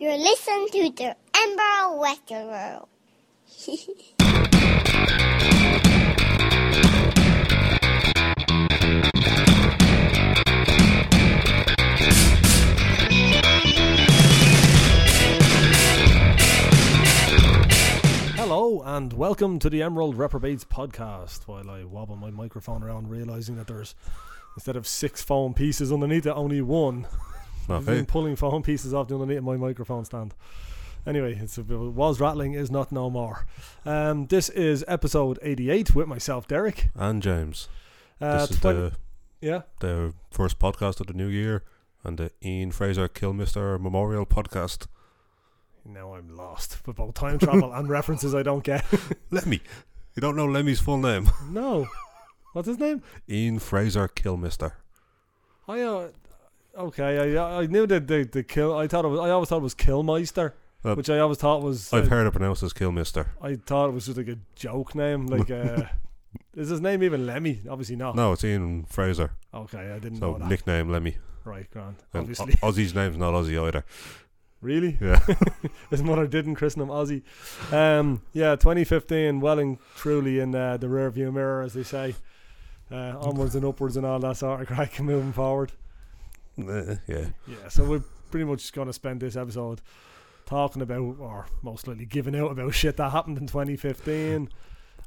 You listen to the Amber Western World. Hello and welcome to the Emerald Reprobates podcast. While I wobble my microphone around, realizing that there's instead of six foam pieces underneath it, only one. I've been Okay. pulling foam pieces off the underneath of my microphone stand. Anyway, it's a, it was rattling is not no more. Um, this is episode eighty-eight with myself, Derek. And James, Uh, this is 20 the, yeah, the first podcast of the new year and the Ian Fraser Killmister Memorial Podcast. now I'm lost with both time travel and references I don't get. Lemmy. You don't know Lemmy's full name. no, what's his name? Ian Fraser Killmister. I uh, okay. I I knew that the, the kill. I thought it was, I always thought it was Killmeister, Uh, which I always thought was. I've I, heard it pronounced as Killmister. I thought it was just like a joke name. Like, uh, is his name even Lemmy? Obviously not. No, it's Ian Fraser. Okay, I didn't So know that. nickname Lemmy. Right, Grant. And Obviously, O- Aussie's name's not Aussie either. really. Yeah. His mother didn't christen him Aussie. Um, yeah, 2015, well and truly in uh, the rear view mirror, as they say. Uh, onwards and upwards and all that sort of crack, moving forward. Eh, yeah. Yeah, so we're pretty much going to spend this episode talking about, or most likely giving out about shit that happened in 2015.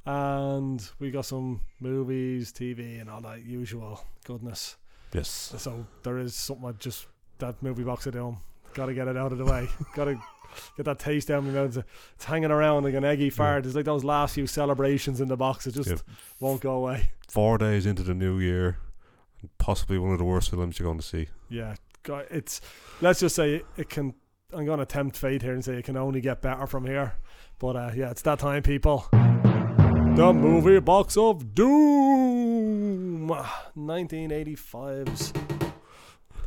And we got some movies, TV, and all that usual goodness. Yes. So there is something I just, that movie box at home. Gotta get it out of the way. Gotta get that taste down my mouth. It's hanging around like an eggy fart. It's like those last few celebrations in the box. It just Yep. won't go away. Four days into the new year, and possibly one of the worst films you're going to see. Yeah, go- it's. Let's just say it can. I'm going to tempt fate here and say it can only get better from here. But uh, yeah, it's that time, people. The movie box of doom, 1985's.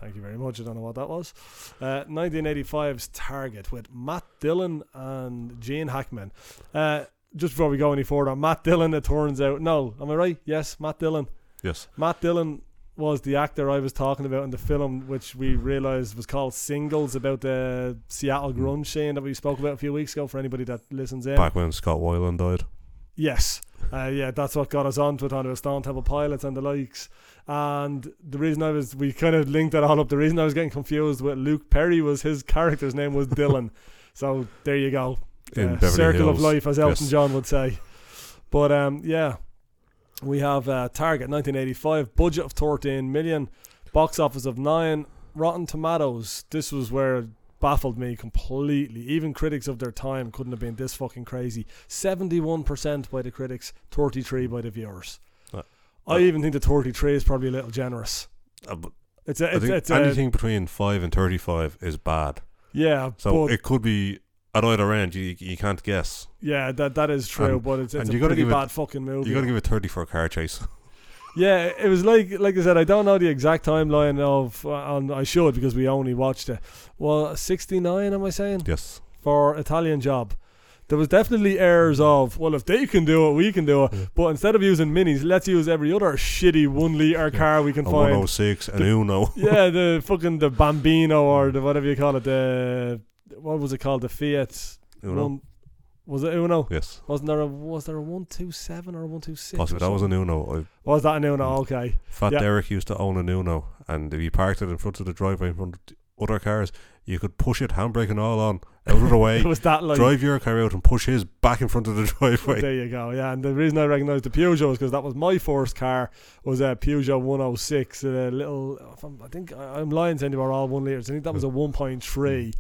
Thank you very much. I don't know what that was. Uh, 1985's Target with Matt Dillon and Gene Hackman. Uh, just before we go any further, Matt Dillon. It turns out, no, am I right? Yes, Matt Dillon. Yes. Matt Dillon was the actor I was talking about in the film, which we realized was called Singles about the Seattle grunge scene that we spoke about a few weeks ago. For anybody that listens in, Back when Scott Weiland died. yes, uh, yeah, that's what got us onto it on the Stone Temple Pilots and the likes. And the reason I was, we kind of linked that all up. The reason I was getting confused with Luke Perry was his character's name was Dylan. so there you go, In Uh, Beverly circle of Hills. life, as Elton Yes. John would say. But um, yeah, we have uh, Target 1985, budget of 13 million, box office of nine. Rotten Tomatoes. This was where it baffled me completely. Even critics of their time couldn't have been this fucking crazy. 71% by the critics, 33 by the viewers. Uh, I even think the 33 is probably a little generous. Uh, but It's a, I it's, think it's uh, a anything between 5 and 35 is bad. yeah, So but it could be at either end. You, you can't guess. yeah, that that is true. And- but it's, and it's a you gotta pretty give it- bad fucking movie. You got to give it 30 for a car chase. Yeah, it was like like I said, I don't know the exact timeline of, uh, and I should because we only watched it. Well, sixty nine, am I saying Yes. for Italian Job? There was definitely errors of well, if they can do it, we can do it. But instead of using minis, let's use every other shitty one liter car we can A find. 106, an Uno. yeah, the fucking the Bambino or the whatever you call it, the what was it called, the Fiat? Uno. One- was it Uno? Yes. Wasn't there a was there a one two seven or a one two six? Possibly. That Mm. was an Uno. I, was that an Uno? Okay. Fat Yeah. Derek used to own an Uno. And if you parked it in front of the driveway in front of the other cars, you could push it, handbrake and all on, out of the way. It was that like drive your car out and push his back in front of the driveway. There you go. Yeah, and the reason I recognised the Peugeot is because that was my first car was a Peugeot 106, a uh, little. if I'm- I think I- I'm lying saying they were all one liters. I think that was a 1.3.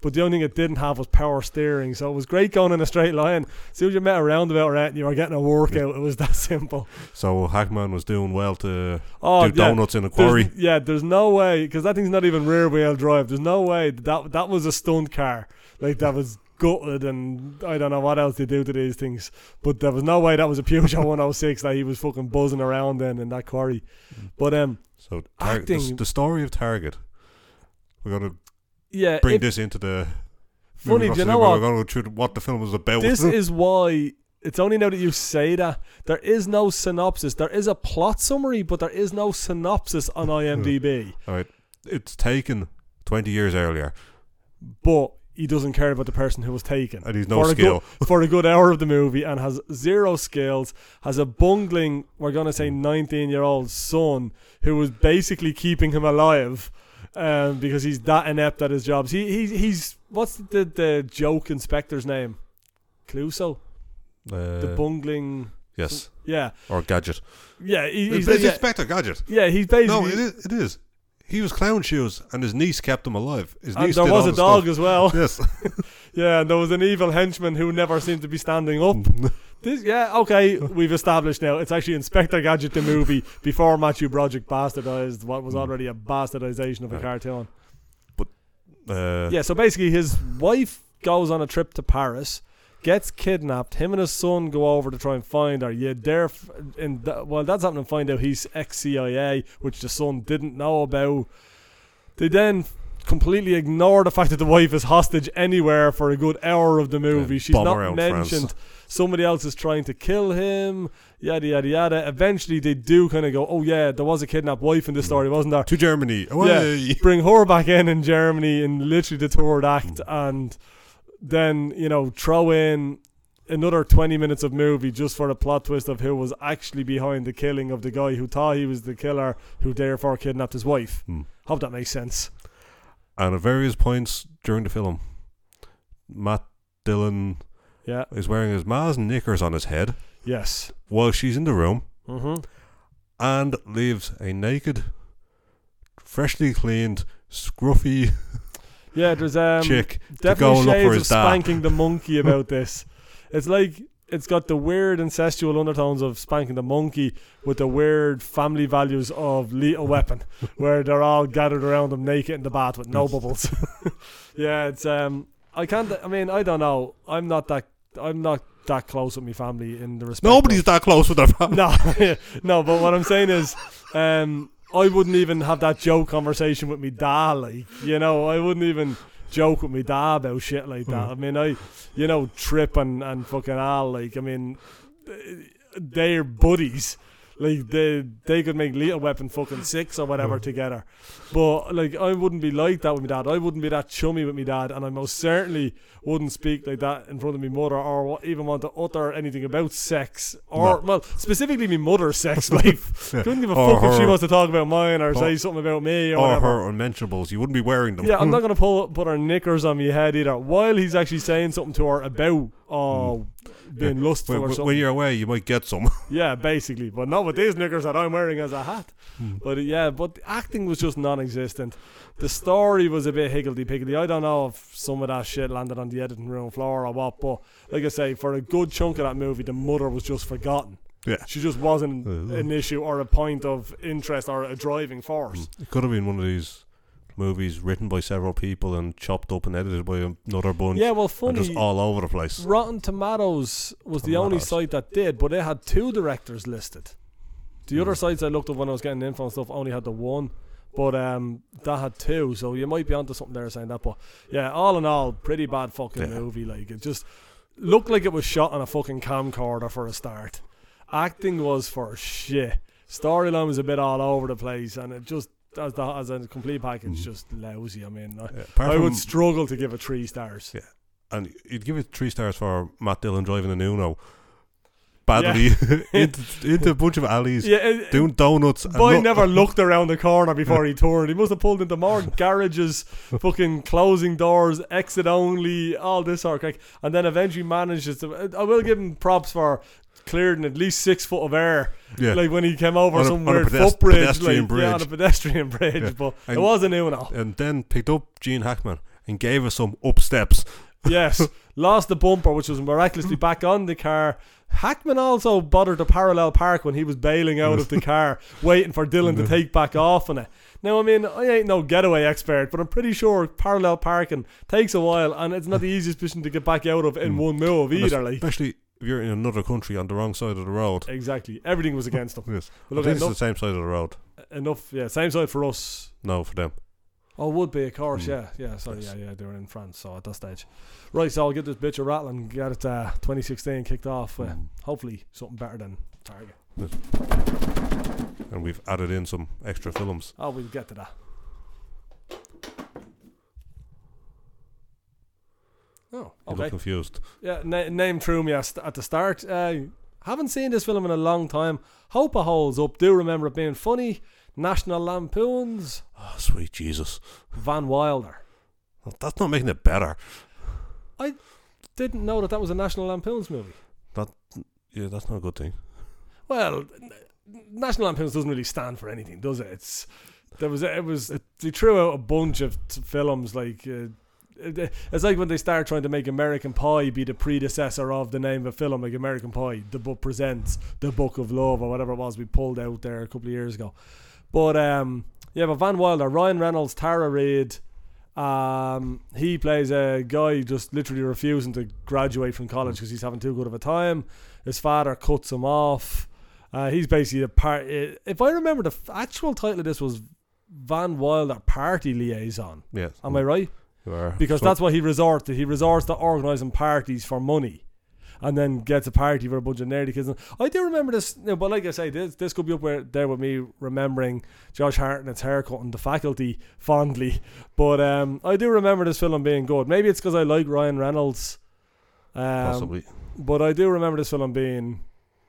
But the only thing it didn't have was power steering, so it was great going in a straight line. As soon as you met a roundabout, right, you were getting a workout. It was that simple. So Hackman was doing well to Oh, do yeah. donuts in a There's- quarry. yeah, there's no way because that thing's not even rear wheel drive. There's no way that, that that was a stunt car. Like that was gutted, and I don't know what else they do to these things. But there was no way that was a Peugeot 106 that he was fucking buzzing around in in that quarry. Mm. But um, So Target, the, s- Acting. the story of Target. We're going to yeah, bring if- this into the. funny. Do movie you box. know We're what? going to go through what the film was about. This is why. It's only now that you say that there is no synopsis. There is a plot summary, but there is no synopsis on IMDb. All right. It's taken 20 years earlier. But he doesn't care about the person who was taken. And he's no for A skill. good, for a good hour of the movie and has zero skills, has a bungling, we're going to say 19 year old son who was basically keeping him alive um, because he's that inept at his jobs. He, he's, he's, what's the, the joke inspector's name? Cluso? Uh, The bungling, yes, yeah. or gadget. Yeah, he, he's, It's, it's yeah, Inspector Gadget. yeah, he's basically. No, it is, it is. He was clown shoes, and his niece kept him alive. His and niece there did was all a the dog stuff. as well. Yes, Yeah, and there was an evil henchman who never seemed to be standing up. this, yeah, okay, we've established now it's actually Inspector Gadget the movie before Matthew Broderick bastardized what was already a bastardization of a Right. cartoon. uh, Yeah, so basically his wife goes on a trip to Paris, gets kidnapped. Him and his son go over to try and find her. Yeah, there, in th- well, that's happening. Find out he's ex CIA, which the son didn't know about. They then completely ignore the fact that the wife is hostage anywhere for a good hour of the movie. Yeah, She's bomb not around France. mentioned. Somebody else is trying to kill him. Yada yada yada. Eventually, they do kind of go, "Oh yeah, there was a kidnapped wife Mm. in this story, wasn't there?" to Germany. Away. yeah, bring her back in in Germany in literally the third act, and then you know throw in another twenty minutes of movie just for the plot twist of who was actually behind the killing of the guy who thought he was the killer, who therefore kidnapped his wife. Hmm. Hope that makes sense. And at various points during the film, Matt Dillon Yeah. is wearing his ma's knickers on his head Yes. while she's in the room, Mm-hmm. and leaves a naked, freshly cleaned, scruffy Yeah. There's um. chick to go definitely and look shades for of his dad. spanking the monkey about this. It's like it's got the weird incestual undertones of spanking the monkey with the weird family values of Lethal Weapon, where they're all gathered around him naked in the bath with no bubbles. yeah, it's um, I can't. I mean, I don't know. I'm not that. I'm not that close with my family in the respect. of- Nobody's that close with their family. no, no. But what I'm saying is, um, I wouldn't even have that joke conversation with me dad. Like, you know, I wouldn't even joke with me dad about shit like that. I mean, I, you know, Trip and and fucking Al. Like, I mean, they're buddies. Like they they could make Lethal Weapon fucking six or whatever together, but like I wouldn't be like that with my dad. I wouldn't be that chummy with my dad, and I most certainly wouldn't speak like that in front of my mother or wa- even want to utter anything about sex or well specifically my mother's sex life. Couldn't give a Or fuck if she her- wants to talk about mine or say or- something about me or, Or whatever. her Hmm. unmentionables. You wouldn't be wearing them. Yeah, I'm not gonna pull put her knickers on my head either. While he's actually saying something to her about Hmm. oh being lustful When, or when- something. when you're away, you might get some. Yeah, basically, but not with these knickers that I'm wearing as a hat. Hmm. But uh, yeah, but the acting was just non-existent. The story was a bit higgledy piggledy. I don't know if some of that shit landed on the editing room floor or what, but like I say, for a good chunk of that movie, the mother was just forgotten. yeah. She just wasn't Uh, an issue or a point of interest or a driving force. It could have been one of these movies written by several people and chopped up and edited by another bunch. Yeah, well, Hmm. and funny. just all over the place. Rotten Tomatoes was the only Tomatoes. site that did, but it had two directors listed. The Hmm. other sites I looked up when I was getting info and stuff only had the one, but um, that had two. So you might be onto something there saying that. But yeah, all in all, pretty bad fucking Yeah. movie. Like it just looked like it was shot on a fucking camcorder for a start. Acting was for shit. Storyline was a bit all over the place, and it just as, the, as a complete package, just lousy. I mean, I, Hmm. Yeah, apart I would from- struggle to give it three stars. Yeah. and you'd give it three stars for Matt Dillon driving an Uno badly into, into a bunch of alleys, Yeah, it- doing donuts. and Boy not- never looked around the corner before he toured. He must have pulled into more garages, fucking closing doors, exit only, all this sort of crack. And then eventually manages to. I will give him props for clearing at least six foot of air. Yeah. Like when he came over On a- some on a weird pedest- footbridge. pedestrian like, Yeah, on a bridge. pedestrian bridge. Yeah. But it And- was a new one. and then picked up Gene Hackman and gave us some up steps. Yes. Lost the bumper, which was miraculously back on the car. Hackman also bothered to parallel park when he was bailing out of the car, waiting for Dylan to take back off on it. Now, I mean, I ain't no getaway expert, but I'm pretty sure parallel parking takes a while, and it's not the easiest position to get back out of in one move And either. Like. Especially if you're in another country on the wrong side of the road. Exactly. Everything was against him. Yes. But look, I think it's enough, the same side of the road. enough. Yeah, same side for us. No, for them. Oh, would be, of course, yeah. Yeah, sorry, Yes. yeah, yeah, they were in France, so at that stage. Right, so I'll get this bitch a rattle and get it uh, 2016 kicked off. Uh, Mm. Hopefully, something better than Target. And we've added in some extra films. Oh, we'll get to that. Oh, You look okay. confused. Yeah, na- name threw me as- at the start. Uh, haven't seen this film in a long time. Hope it holds up. Do remember it being funny. National Lampoons, Oh, sweet Jesus. Van Wilder. That's not making it better. Didn't know that that was a National Lampoons movie. Yeah, that's not a good thing. Well, n- National Lampoons doesn't really stand for anything, does it? It's there was it was they threw out a bunch of t- films like. Uh, it- it's like when they start trying to make American Pie be the predecessor of the name of a film like American Pie, the book presents the Book of Love or whatever it was we pulled out there a couple of years ago. But um, yeah, but Van Wilder, Ryan Reynolds, Tara Reid, um, he plays a guy just literally refusing to graduate from college because he's having too good of a time. His father cuts him off. Uh, he's basically the part. If I remember, the f- actual title of this was Van Wilder Party Liaison. Yeah. Am I right? You are. Because Hmm. So- that's what he resorts to. He resorts to organising parties for money, and then gets a party for a bunch of nerdy kids. And I do remember this, you know, but like I say, this this could be up where, there with me remembering Josh Hartnett's haircut and the faculty fondly. But um, I do remember this film being good. Maybe it's because I like Ryan Reynolds. Um, possibly. but I do remember this film being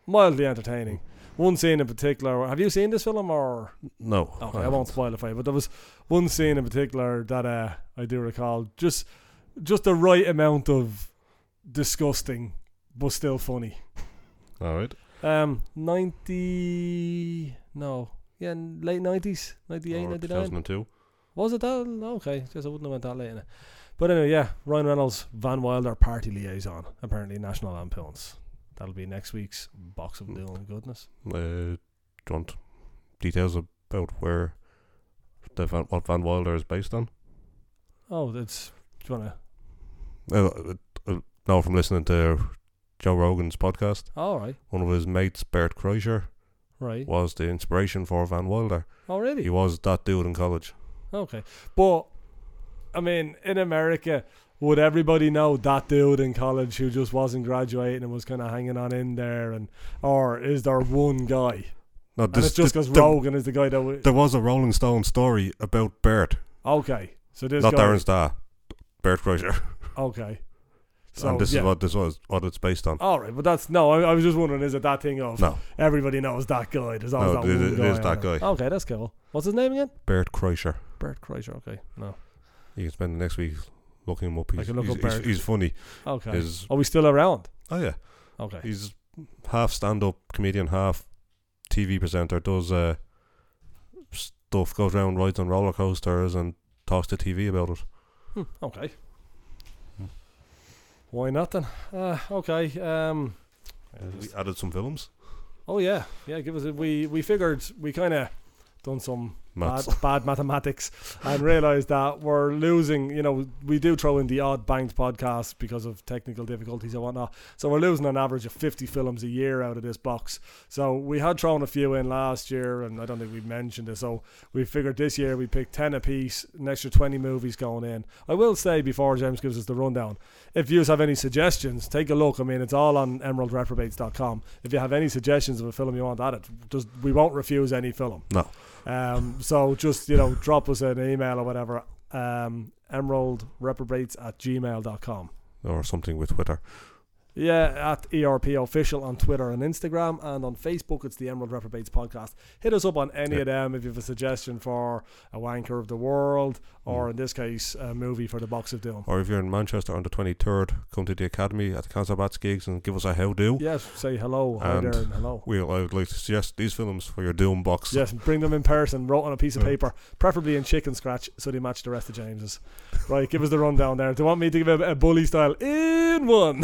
mildly entertaining. One scene in particular. Have you seen this film or? No. Okay, I won't spoil it for you. But there was one scene in particular that uh, I do recall. Just, just the right amount of disgusting, but still funny. All right. Um, ninety no, yeah, n- late nineties, 98, Or 99. 2002. Was it that? Okay, just I wouldn't have went that late in it. But anyway, yeah, Ryan Reynolds, Van Wilder, party liaison. Apparently, National Lampoons. That'll be next week's box of Mm. doing goodness. Uh, do you want details about where the Van, what Van Wilder is based on? Oh, that's. Do you wanna? Uh, uh, uh, no, from listening to Joe Rogan's podcast, All right, one of his mates, Bert Kreischer, right. was the inspiration for Van Wilder. Oh, really? He was that dude in college. Okay. But I mean, in America, would everybody know that dude in college who just wasn't graduating and was kind of hanging on in there and or is there one guy? No, And this, it's just because there, Rogan is the guy that w- there was a Rolling Stone story about Bert, Okay. So this not guy Darren Star, Bert Kreischer, Okay. So and this yeah. Ah. is what this was what it's based on. all right, but that's no. I, I was just wondering, is it that thing of No. everybody knows that guy? There's always No, that it- one it guy is on that there. guy. Okay, that's cool. What's his name again? Bert Kreischer. Bert Kreischer. Okay, no. You can spend the next week looking him up. He's, can look he's, up he's, Bert. he's funny. Okay. His- Are we still around? oh yeah, Okay. he's half stand-up comedian, half TV presenter. Does uh, stuff goes around rides on roller coasters and talks to TV about it. Hmm, okay. Why not then? Uh, okay. Um, we added some films. oh yeah, yeah. Give us. A, we we figured we kind of done some bad, Matt's bad mathematics and realized that we're losing. You know, we do throw in the odd banked podcast because of technical difficulties and whatnot. So we're losing an average of fifty films a year out of this box. So we had thrown a few in last year, and I don't think we mentioned it. So we figured this year we picked ten apiece, an extra twenty movies going in. I will say before James gives us the rundown, if you have any suggestions, take a look. I mean, it's all on emeraldreprobates.com. If you have any suggestions of a film you want added, just we won't refuse any film. No. Um, so just, you know, drop us an email or whatever. Um, emeraldreprobates at gmail.com. or something with Twitter. Yeah, at ERP official on Twitter and Instagram, and on Facebook it's the Emerald Reprobates podcast. Hit us up on any of them if you have a suggestion for a wanker of the world, or in this case, a movie for the box of doom. Or if you're in Manchester on the 23rd, come to the Academy at the Concert Bats gigs and give us a how do. Yes, say hello, hi And there, and hello. We'll, I would like to suggest these films for your Doom box. Yes, bring them in person, wrote on a piece of Yeah. paper, preferably in chicken scratch, so they match the rest of James's. Right, give us the rundown there. Do you want me to give a, a bully style in one?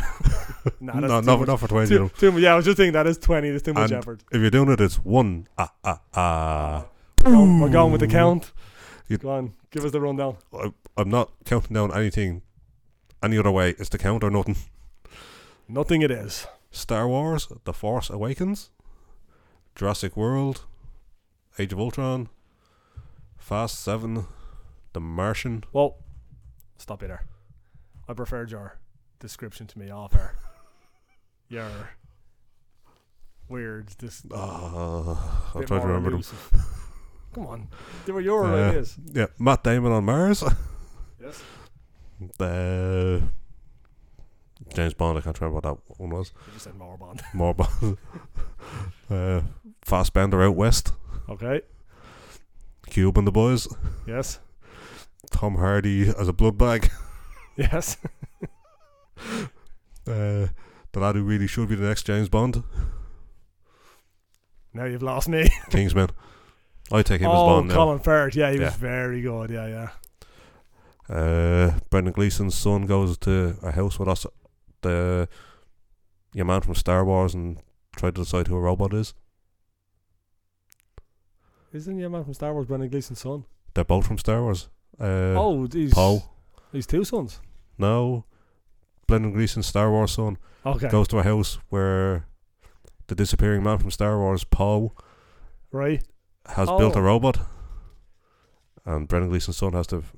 nah, no, too no, much- not for 20. Too, too mu- yeah, I was just thinking that is 20. That's too much And- effort. If you're doing it, it's one. Ah, ah, ah. We're going, we're going with the count. You- Go on, give us the rundown. I, I'm not counting down anything any other way. It's the count or nothing. Nothing it is. Star Wars, The Force Awakens, Jurassic World, Age of Ultron, Fast 7, The Martian. Well, stop you there. I preferred your description to me off air. Your weird. This Ah, I'm bit trying to more remember them. elusive. Come on, they were your Uh, ideas. Yeah, Matt Damon on Mars. Yes. Uh, James Bond. I can't remember what that one was. You said Moribond. More Bond. uh, Fassbender out west. Okay. Cube and the boys. Yes. Tom Hardy as a blood bag. Yes. Uh, the lad who really should be the next James Bond. Now you've lost me. Kingsman. I take him as oh, Bond now. Colin Firth. Yeah, he was Yeah. very good. Yeah, yeah. Uh, Brendan Gleeson's son goes to a house with us. The your man from Star Wars and try to decide who a robot is. Isn't your man from Star Wars Brendan Gleeson's son? They're both from Star Wars. Uh, oh, he's Poe. He's two sons. No, Brendan Gleeson's Star Wars son Okay. goes to a house where the disappearing man from Star Wars, Poe, Right. has built Oh. a robot, and Brendan Gleeson's son has to f-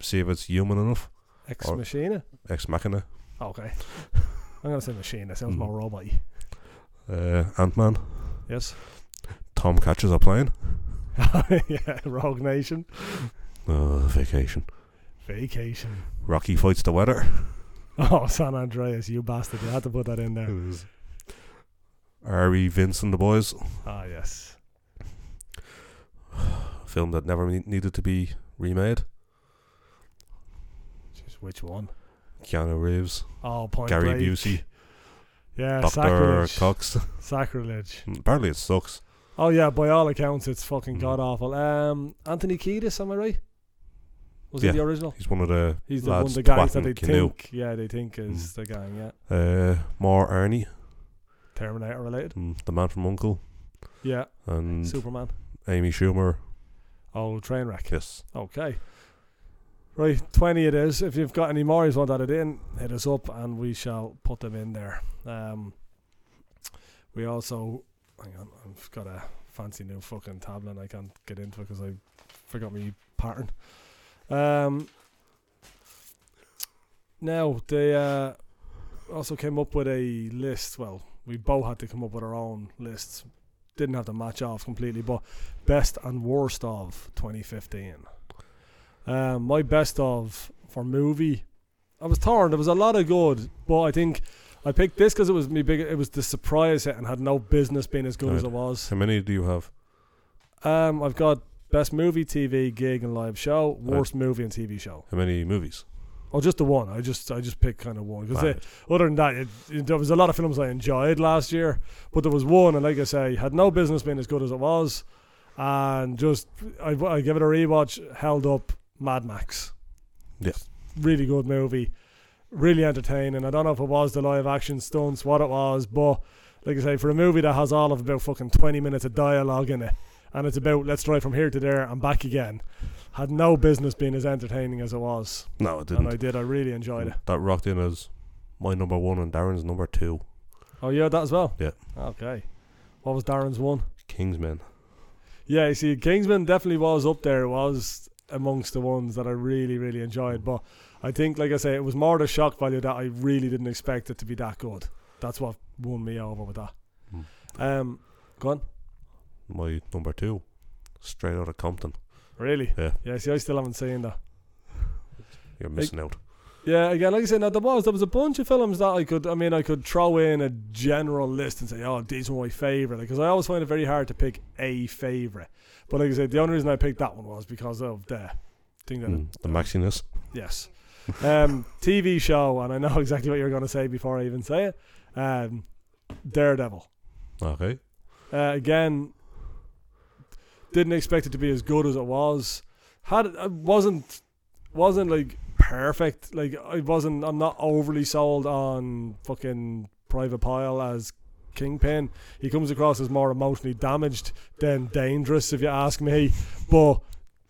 see if it's human enough. Ex Or- Machina. Ex Machina, Okay. I'm gonna say machine. That sounds Mm. more robot. uh, Ant Man, Yes. Tom catches a plane. yeah. Rogue Nation. Oh, vacation. Vacation. Rocky fights the weather. Oh, San Andreas, you bastard! You had to put that in there. Ari Vince and the boys. Ah, yes. A film that never ne- needed to be remade. Jeez, which one? Keanu Reeves, Oh, point. Gary Break. Busey, Yeah, Doctor sacrilege. Cox. Sacrilege. Apparently, it sucks. Oh yeah, by all accounts, it's fucking Mm. god awful. Um, Anthony Kiedis, am I right? Was Yeah. he the original? He's one of the He's the one lads of the guys that twatting they canoe. Mm. think. Yeah, they think is the gang. Yeah, Uh, more Ernie, Terminator related. mm, the man from Uncle, Yeah, and Superman. Amy Schumer. Oh, train wreck. Yes. Okay. Right, 20 it is. If you've got any more you want added in, hit us up and we shall put them in there. Um, we also, hang on, I've got a fancy new fucking tablet and I can't get into it because I forgot my pattern. Um, now, they uh, also came up with a list. Well, we both had to come up with our own lists. Didn't have to match off completely, but best and worst of 2015. Um, my best of for movie, I was torn. There was a lot of good, but I think I picked this because it was me big. It was the surprise hit and had no business being as good as it Right. was. How many do you have? Um, I've got best movie, TV, gig, and live show. Worst movie and TV show. How many movies? Oh, just the one. I just I just picked kind of one because Right. other than that, it, it- there was a lot of films I enjoyed last year, but there was one, and like I say, had no business being as good as it was, and just I, I give it a rewatch. Held up, Mad Max. Yeah. really good movie, really entertaining. I don't know if it was the live action stunts, what it was, but like I say, for a movie that has all of about fucking twenty minutes of dialogue in it, and it's about let's drive from here to there and back again, had no business being as entertaining as it was. No, it And I didn't. did. I really enjoyed it. That rocked in as my number one and Darren's number two. Oh, you had that as well? Yeah. Okay. What was Darren's one? Kingsman. Yeah, you see, Kingsman definitely was up there. It was amongst the ones that I really, really Mm. enjoyed. But I think, like I say, it was more the shock value that I really didn't expect it to be that good. That's what won me over with that. Mm. Um, go on. My number two. Straight out of Compton. Really? Yeah. Yeah, see, I still haven't seen that. You're missing out. Yeah, again, like I said, now there was there was a bunch of films that I could, I mean, I could throw in a general list and say, oh, these were my favorite, because I always find it very hard to pick a favorite. But like I said, the only reason I picked that one was because of the thing that, Mm, the maxiness. yes, um, TV show, and I know exactly what you're going to say before I even say it, um, Daredevil. Okay. Uh, again, didn't expect it to be as good as it was. Had it wasn't wasn't like perfect. Like I wasn't. I'm not overly sold on fucking Private Pile as Kingpin. He comes across as more emotionally damaged than dangerous, if you ask me. But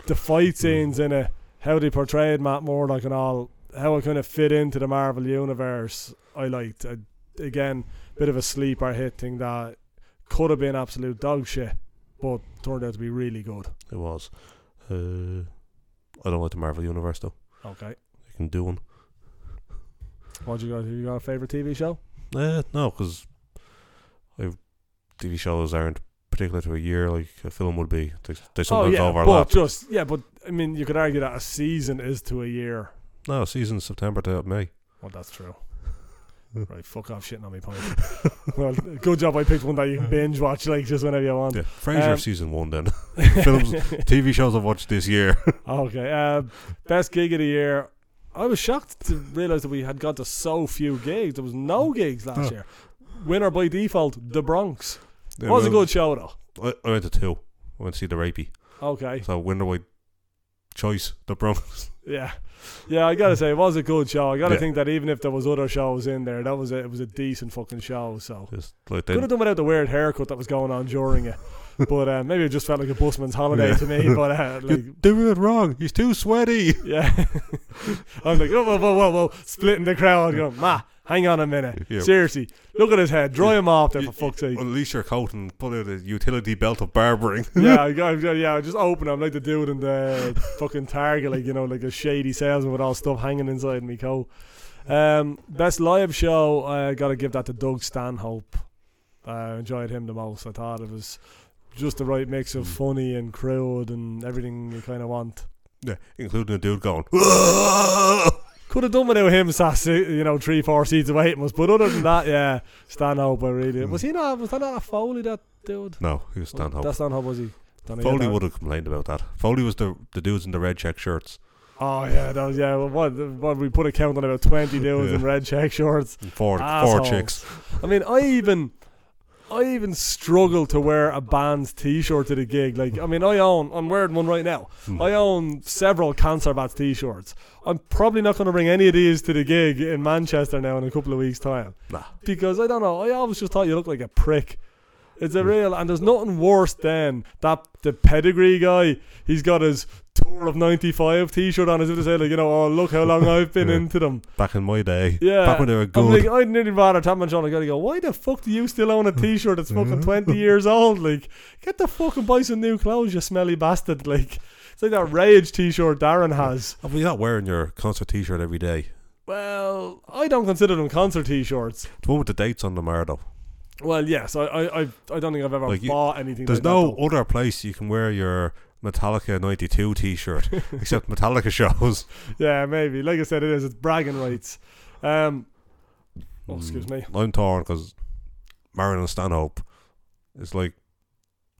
the fight scenes in it, how they portrayed Matt Murdock and all, how it kind of fit into the Marvel universe, I liked. I, again, bit of a sleeper hit thing that could have been absolute dog shit, but turned out to be really good. It was. Uh, I don't like the Marvel Universe though. Okay. You can do one. What you got? You got a favorite TV show? Uh, no, because TV shows aren't particular to a year like a film would be. They, they sometimes Oh, yeah, overlap. but just yeah, but I mean, you could argue that a season is to a year. No, season September to May. Well, that's true. right, fuck off shitting on me point. well, good job I picked one that you can binge watch like just whenever you want. Yeah, Frasier Um, season one then. Films, TV shows I've watched this year. Okay. Uh, best gig of the year. I was shocked to realise that we had gone to so few gigs. There was no gigs last year. Winner by default, The Bronx. was a good show though. I, I went to two. I went to see the rapey. Okay. So winner by choice, the Bronx. Yeah. Yeah, I gotta say it was a good show. I gotta Yeah. think that even if there was other shows in there, that was a, it was a decent fucking show, so Just like could then, have done without the weird haircut that was going on during it. But uh, maybe it just felt like a busman's holiday Yeah. to me. But uh, like, you're doing it wrong. He's too sweaty. Yeah. I'm like, oh, whoa, whoa, whoa, whoa, splitting the crowd. Going, Ma, hang on a minute. Yeah. Seriously, look at his head. Dry him off there, You- for fuck's sake. Unleash your coat and put out a utility belt of barbering. yeah, I got, yeah, I just open him like the dude in the fucking Target, like, you know, like a shady salesman with all stuff hanging inside me coat. Um, best live show, I got to give that to Doug Stanhope. I enjoyed him the most. I thought it was just the right mix Mm. of funny and crude and everything you kind of want. yeah, including a dude going. Could have done without him, Sass, you know, three, four seats of eight months. But other than that, yeah, Stanhope, I really. Was he not, was that not a Foley, that dude? no, he was Mm. Stanhope. That's Stanhope, was he? Don't I get Foley that? would have complained about that. Foley was the the dudes in the red check shirts. Oh, yeah, that was, yeah. Well, what, what, we put a count on about 20 dudes in Yeah. red check shorts. Four four Assholes. chicks. I mean, I even. I even struggle to wear a band's t-shirt to the gig. Like, I mean, I own, I'm wearing one right now. Hmm. I own several Cancer Bats t-shirts. I'm probably not going to bring any of these to the gig in Manchester now in a couple of weeks' time. Nah. because I don't know. I always just thought you looked like a prick. It's Hmm. a real, and there's nothing worse than that. The pedigree guy, he's got his tour of '95 T-shirt on, as if to say, like, you know, oh look how long I've been Yeah. into them. Back in my day. Yeah, Back when they were I'm good. like, I'd nearly rather tap my shoulder. Gotta go. Why the fuck do you still own a T-shirt that's fucking 20 years old? Like, get the fucking buy some new clothes, you smelly bastard. Like, it's like that rage T-shirt Darren has. Are you not wearing your concert t shirt every day? Well, I don't consider them concert T-shirts. The one with the dates on them are though. Well, yes, I, I, I, I don't think I've ever Like you- bought anything. There's like that, no though. other place you can wear your Metallica 92 t shirt except Metallica shows. Yeah, maybe. Like I said, it is. It's bragging rights. Um, Mm, oh, excuse me. I'm torn because Marin and Stanhope is like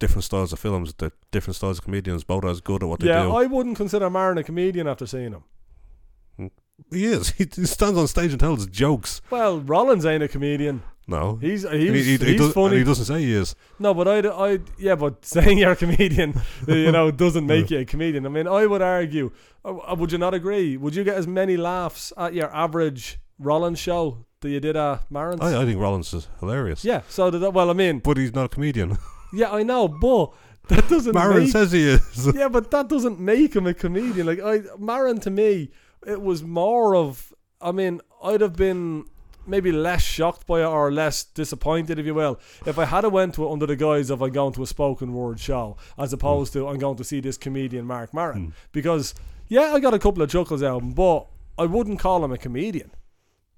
different styles of films, the different styles of comedians, both as good at what they Yeah, do. I wouldn't consider Marin a comedian after seeing him. he is. He, he stands on stage and tells jokes. Well, Rollins ain't a comedian. No. He's he's, And he, he, he he's does, and funny. he doesn't say he is. no, but I'd, I'd yeah, but saying you're a comedian, you know, doesn't make you a comedian. I mean, I would argue. uh, uh, Would you not agree? Would you get as many laughs at your average Rollins show that you did at Marin's? I, I think Rollins is hilarious. yeah. So did that. Well, I mean, But he's not a comedian. yeah, I know, but that doesn't. Marin make says he is. yeah, but that doesn't make him a comedian. Like I, Marin to me, it was more of. I mean, I'd have been maybe less shocked by it or less disappointed, if you will, if I had a went to it under the guise of I'm going to a spoken word show as opposed to I'm going to see this comedian Mark Marin because yeah, I got a couple of chuckles out of him, but I wouldn't call him a comedian.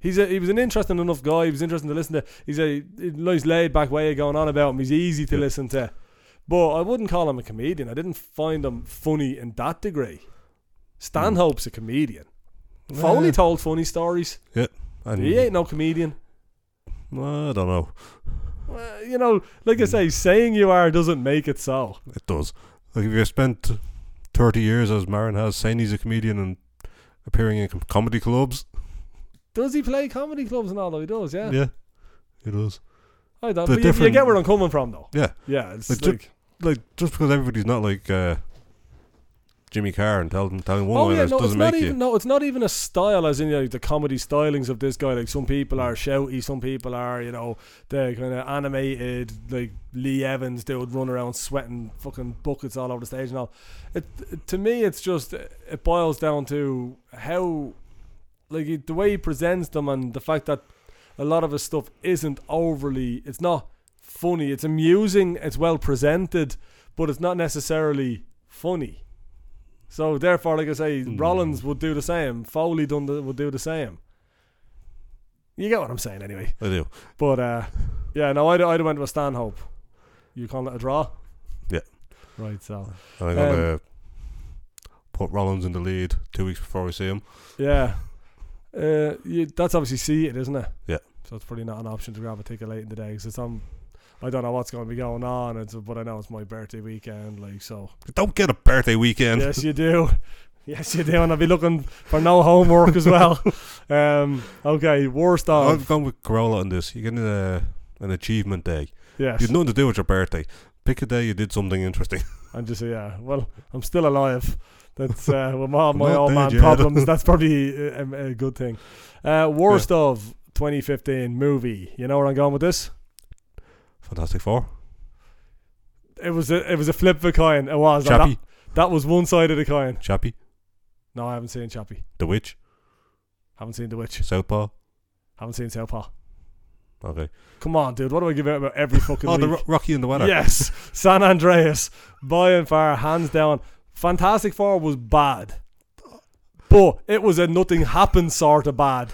He's a, he was an interesting enough guy. He was interesting to listen to. He's a nice laid back way of going on about him. He's easy to listen to. But I wouldn't call him a comedian. I didn't find him funny in that degree. Hmm. Stanhope's a comedian. Foley told funny stories. Yeah. And He ain't no comedian. I don't know. Uh, you know, like Hmm. I say, saying you are doesn't make it so. It does. Like if you spent thirty years as Marin has saying he's a comedian and appearing in com- comedy clubs, Does he play comedy clubs and all though? He does, yeah. yeah, it does. I don't. They're But you, you different- get where I'm coming from though. Yeah, Yeah, it's But ju- like, like just because everybody's not like uh, Jimmy Carr and telling telling one oh yeah, liners no, it's doesn't not make even you. no, it's not even a style as in you know, the comedy stylings of this guy. Like some people are shouty, some people are you know they're kind of animated, like Lee Evans, they would run around sweating fucking buckets all over the stage and all. It, it- to me, it's just it boils down to how like he- the way he presents them and the fact that a lot of his stuff isn't overly, it's not funny, it's amusing, it's well presented, but it's not necessarily funny. So therefore, like I say, Rollins would do the same. Foley done the, would do the same. You get what I'm saying, anyway. I do. But uh, yeah, no, I'd I'd have went with Stanhope. You call it a draw? Yeah. Right. So And I'm gonna Um, put Rollins in the lead two weeks before we see him. yeah, uh, you, that's obviously see it, isn't it? Yeah. so it's probably not an option to grab a ticket late in the day because it's on. I don't know what's going to be going on, it's, but I know it's my birthday weekend, like so. Don't get a birthday weekend. Yes, you do. Yes, you do, and I'll be looking for no homework as well. Um, okay, worst i have of gone with Corolla on this. You get an, uh, an achievement day. yes, You had nothing to do with your birthday. Pick a day you did something interesting. and just say, yeah, well, I'm still alive. That's uh, with all I'm my not old man dead yet. problems. That's probably a, a a good thing. Uh, worst of 2015 movie. You know where I'm going with this? Fantastic Four. It was a it was a flip of a coin. It was and Chappie. That, that was one side of the coin. Chappie. No, I haven't seen Chappie. The Witch. Haven't seen The Witch. Southpaw. Haven't seen Southpaw. Okay. Come on, dude. What do I give out about every fucking Oh, week? the Ro- Rocky and the Weather. Yes, San Andreas, by and far, hands down. Fantastic Four was bad, but it was a nothing happened sort of bad.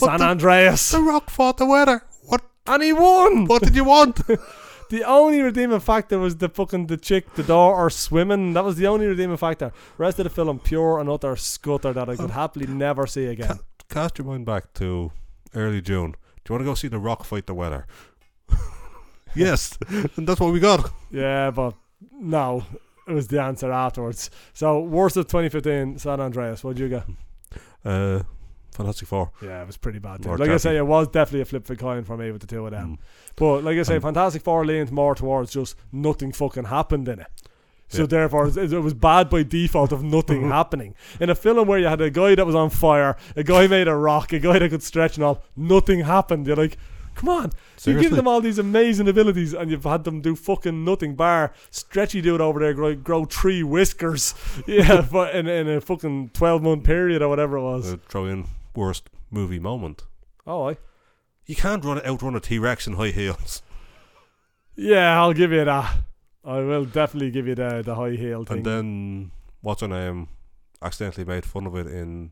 But San the- Andreas, The Rock fought the weather. What? and he won. What did you want? the only redeeming factor was the fucking the chick, the daughter swimming. That was the only redeeming factor. Rest of the film, pure and utter scutter that I Oh. could happily never see again. Cast your mind back to early June. Do you want to go see The Rock fight the weather? yes, and that's what we got. Yeah, but no, it was the answer afterwards. So worst of 2015, San Andreas. What'd you get? Uh, Fantastic Four. Yeah, it was pretty bad. Too. More Like I say, tacky. Mm. it was definitely a flip for coin for me with the two of them. But like I say, And- Fantastic Four leaned more towards just nothing fucking happened in it. So Yeah. therefore, it it was bad by default of nothing happening in a film where you had a guy that was on fire, a guy made a rock, a guy that could stretch and all. Nothing happened. You're like, come on, you Seriously? give them all these amazing abilities, and you've had them do fucking nothing. Bar stretchy dude over there grow, grow tree whiskers, yeah, but in, in a fucking twelve month period or whatever it was. Uh, throw in worst movie moment. oh, aye. You can't run outrun a T Rex in high heels. Yeah, I'll give you that. I will definitely give you the the high heel thing. And then what's her name accidentally made fun of it in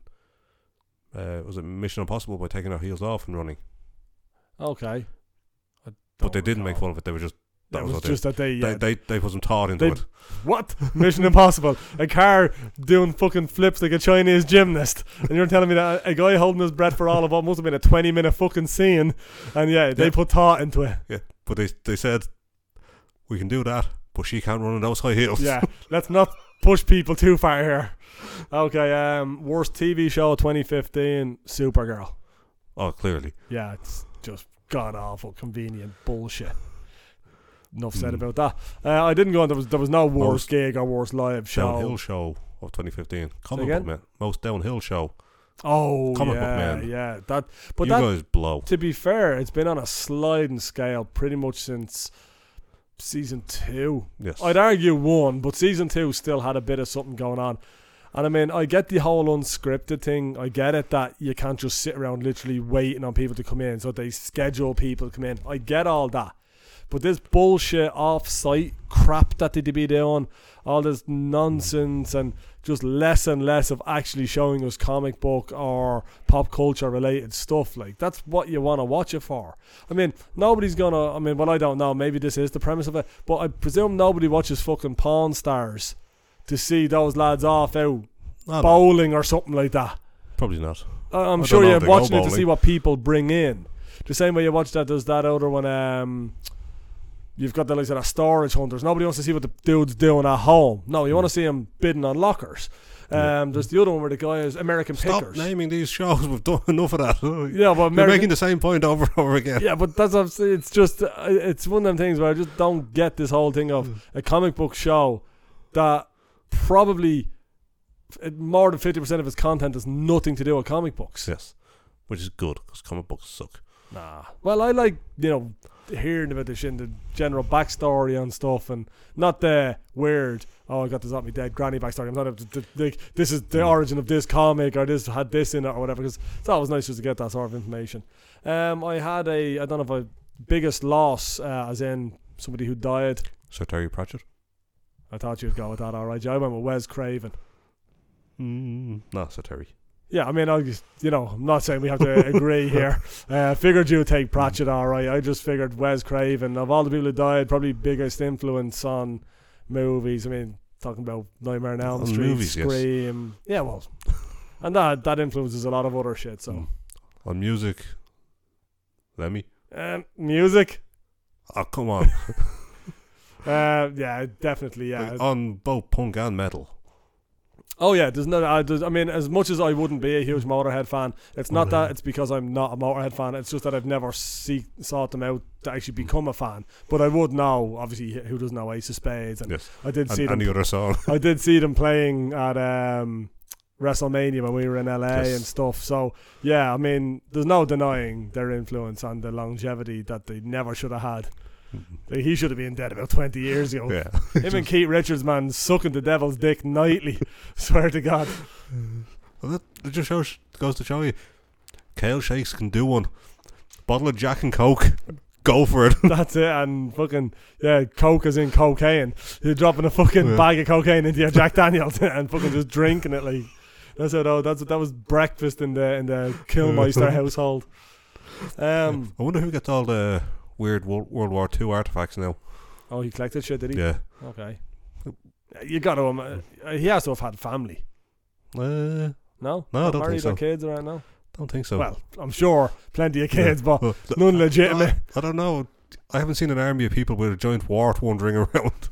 uh, was it Mission Impossible by taking her heels off and running. okay. I But they don't didn't make recall. fun of it. They were just that That was was what they- just that they, Oh yeah, they, they they put some thought into They- it. what Mission Impossible, a car doing fucking flips like a Chinese gymnast, and you're telling me that a guy holding his breath for all of what must have been a twenty minute fucking scene, and yeah, they Yeah. put thought into it. Yeah, but they they said we can do that, but she can't run in those high heels. Yeah, let's not push people too far here. Okay, um, worst TV show 2015, Supergirl. oh, clearly. Yeah, it's just god awful, convenient bullshit. Enough said Mm. about that. Uh, I didn't go on. There was there was no worst Most gig or worst live Downhill show. show of 2015. Comic again? book man. Most downhill show. Oh, Comic book yeah, man. yeah. That, but you that. guys blow. To be fair, it's been on a sliding scale pretty much since season two. Yes. I'd argue one, but season two still had a bit of something going on. And I mean, I get the whole unscripted thing. I get it that you can't just sit around literally waiting on people to come in. So they schedule people to come in. I get all that. But this bullshit off site crap that they'd be doing, all this nonsense, and just less and less of actually showing us comic book or pop culture related stuff. Like, that's what you want to watch it for. I mean, nobody's gonna. I mean, well, I don't know. Maybe this is the premise of it, but I presume nobody watches fucking Pawn Stars to see those lads off out Oh, No, no, bowling or something like that. probably not. I- I'm I sure don't know you're if they go watching it to see bowling. what people bring in. The same way you watch that, there's that other one. Um, you've got the like sort of storage hunters. Nobody wants to see what the dude's doing at home. No, you want to see him bidding on lockers. Um, Mm. Yeah. There's the other one where the guy is American Stop Pickers. naming these shows. We've done enough of that. Yeah, but You're American making the same point over and over again. yeah, but that's what I'm saying. it's just uh, it's one of them things where I just don't get this whole thing Mm. of a comic book show that probably f- more than fifty percent of its content has nothing to do with comic books. Yes, which is good because comic books suck. Nah. Well, I like you know hearing about this shit and the general backstory and stuff, and not the weird. Oh, I got this off my dead granny backstory. I'm not up to- to- like this is the origin of this comic or this had this in it or whatever. Because it's always nice just to get that sort of information. Um, I had a I don't know if a biggest loss uh, as in somebody who died. Sir Terry Pratchett. I thought you'd go with that, all right. Joe. I went with Wes Craven. Mm, no, Sir Terry. Yeah, I mean, I just, you know, I'm not saying we have to agree here. Uh, figured you would take Pratchett, all right. I just figured Wes Craven, of all the people who died, probably biggest influence on movies. I mean, talking about Nightmare on Elm On Street, movies, yes. Scream. Yeah, well, and that that influences a lot of other shit. So Mm. On music, Lemmy. Um, music. Oh, come on. Uh, yeah, definitely. Yeah. on both punk and metal. Oh yeah. There's no. I, there's, I mean, as much as I wouldn't be a huge Motorhead fan, it's Oh, not that. It's because I'm not a Motorhead fan. It's just that I've never see, sought them out to actually become a fan. But I would know. Obviously, who doesn't know Ace of Spades? And Yes. I did see And them. any other song. I did see them playing at um, WrestleMania when we were in LA Yes. and stuff. So yeah, I mean, there's no denying their influence and the longevity that they never should have had. Like, he should have been dead about 20 years ago. Yeah. Him and Keith Richards, man, sucking the devil's dick nightly. Swear to God. Well, that it just shows goes to show you, Kale Shakes can do one. Bottle of Jack and Coke, go for it. That's it. And fucking, yeah, coke is in cocaine. You're dropping a fucking Yeah. bag of cocaine into your Jack Daniels and fucking just drinking it. Like, that's how, that- that's, that was breakfast in the, in the Killmeister household. Um, I wonder who gets all the weird Wo- World War Two artifacts now. oh, he collected shit, did he? Yeah, Okay. You got to, um, uh, he has to have had family. uh, No? No, I don't think Married or so. kids around now? don't think so. Well, I'm sure plenty of kids, but Well, th- none legitimate. I, I don't know. I haven't seen an army of people with a giant wart wandering around.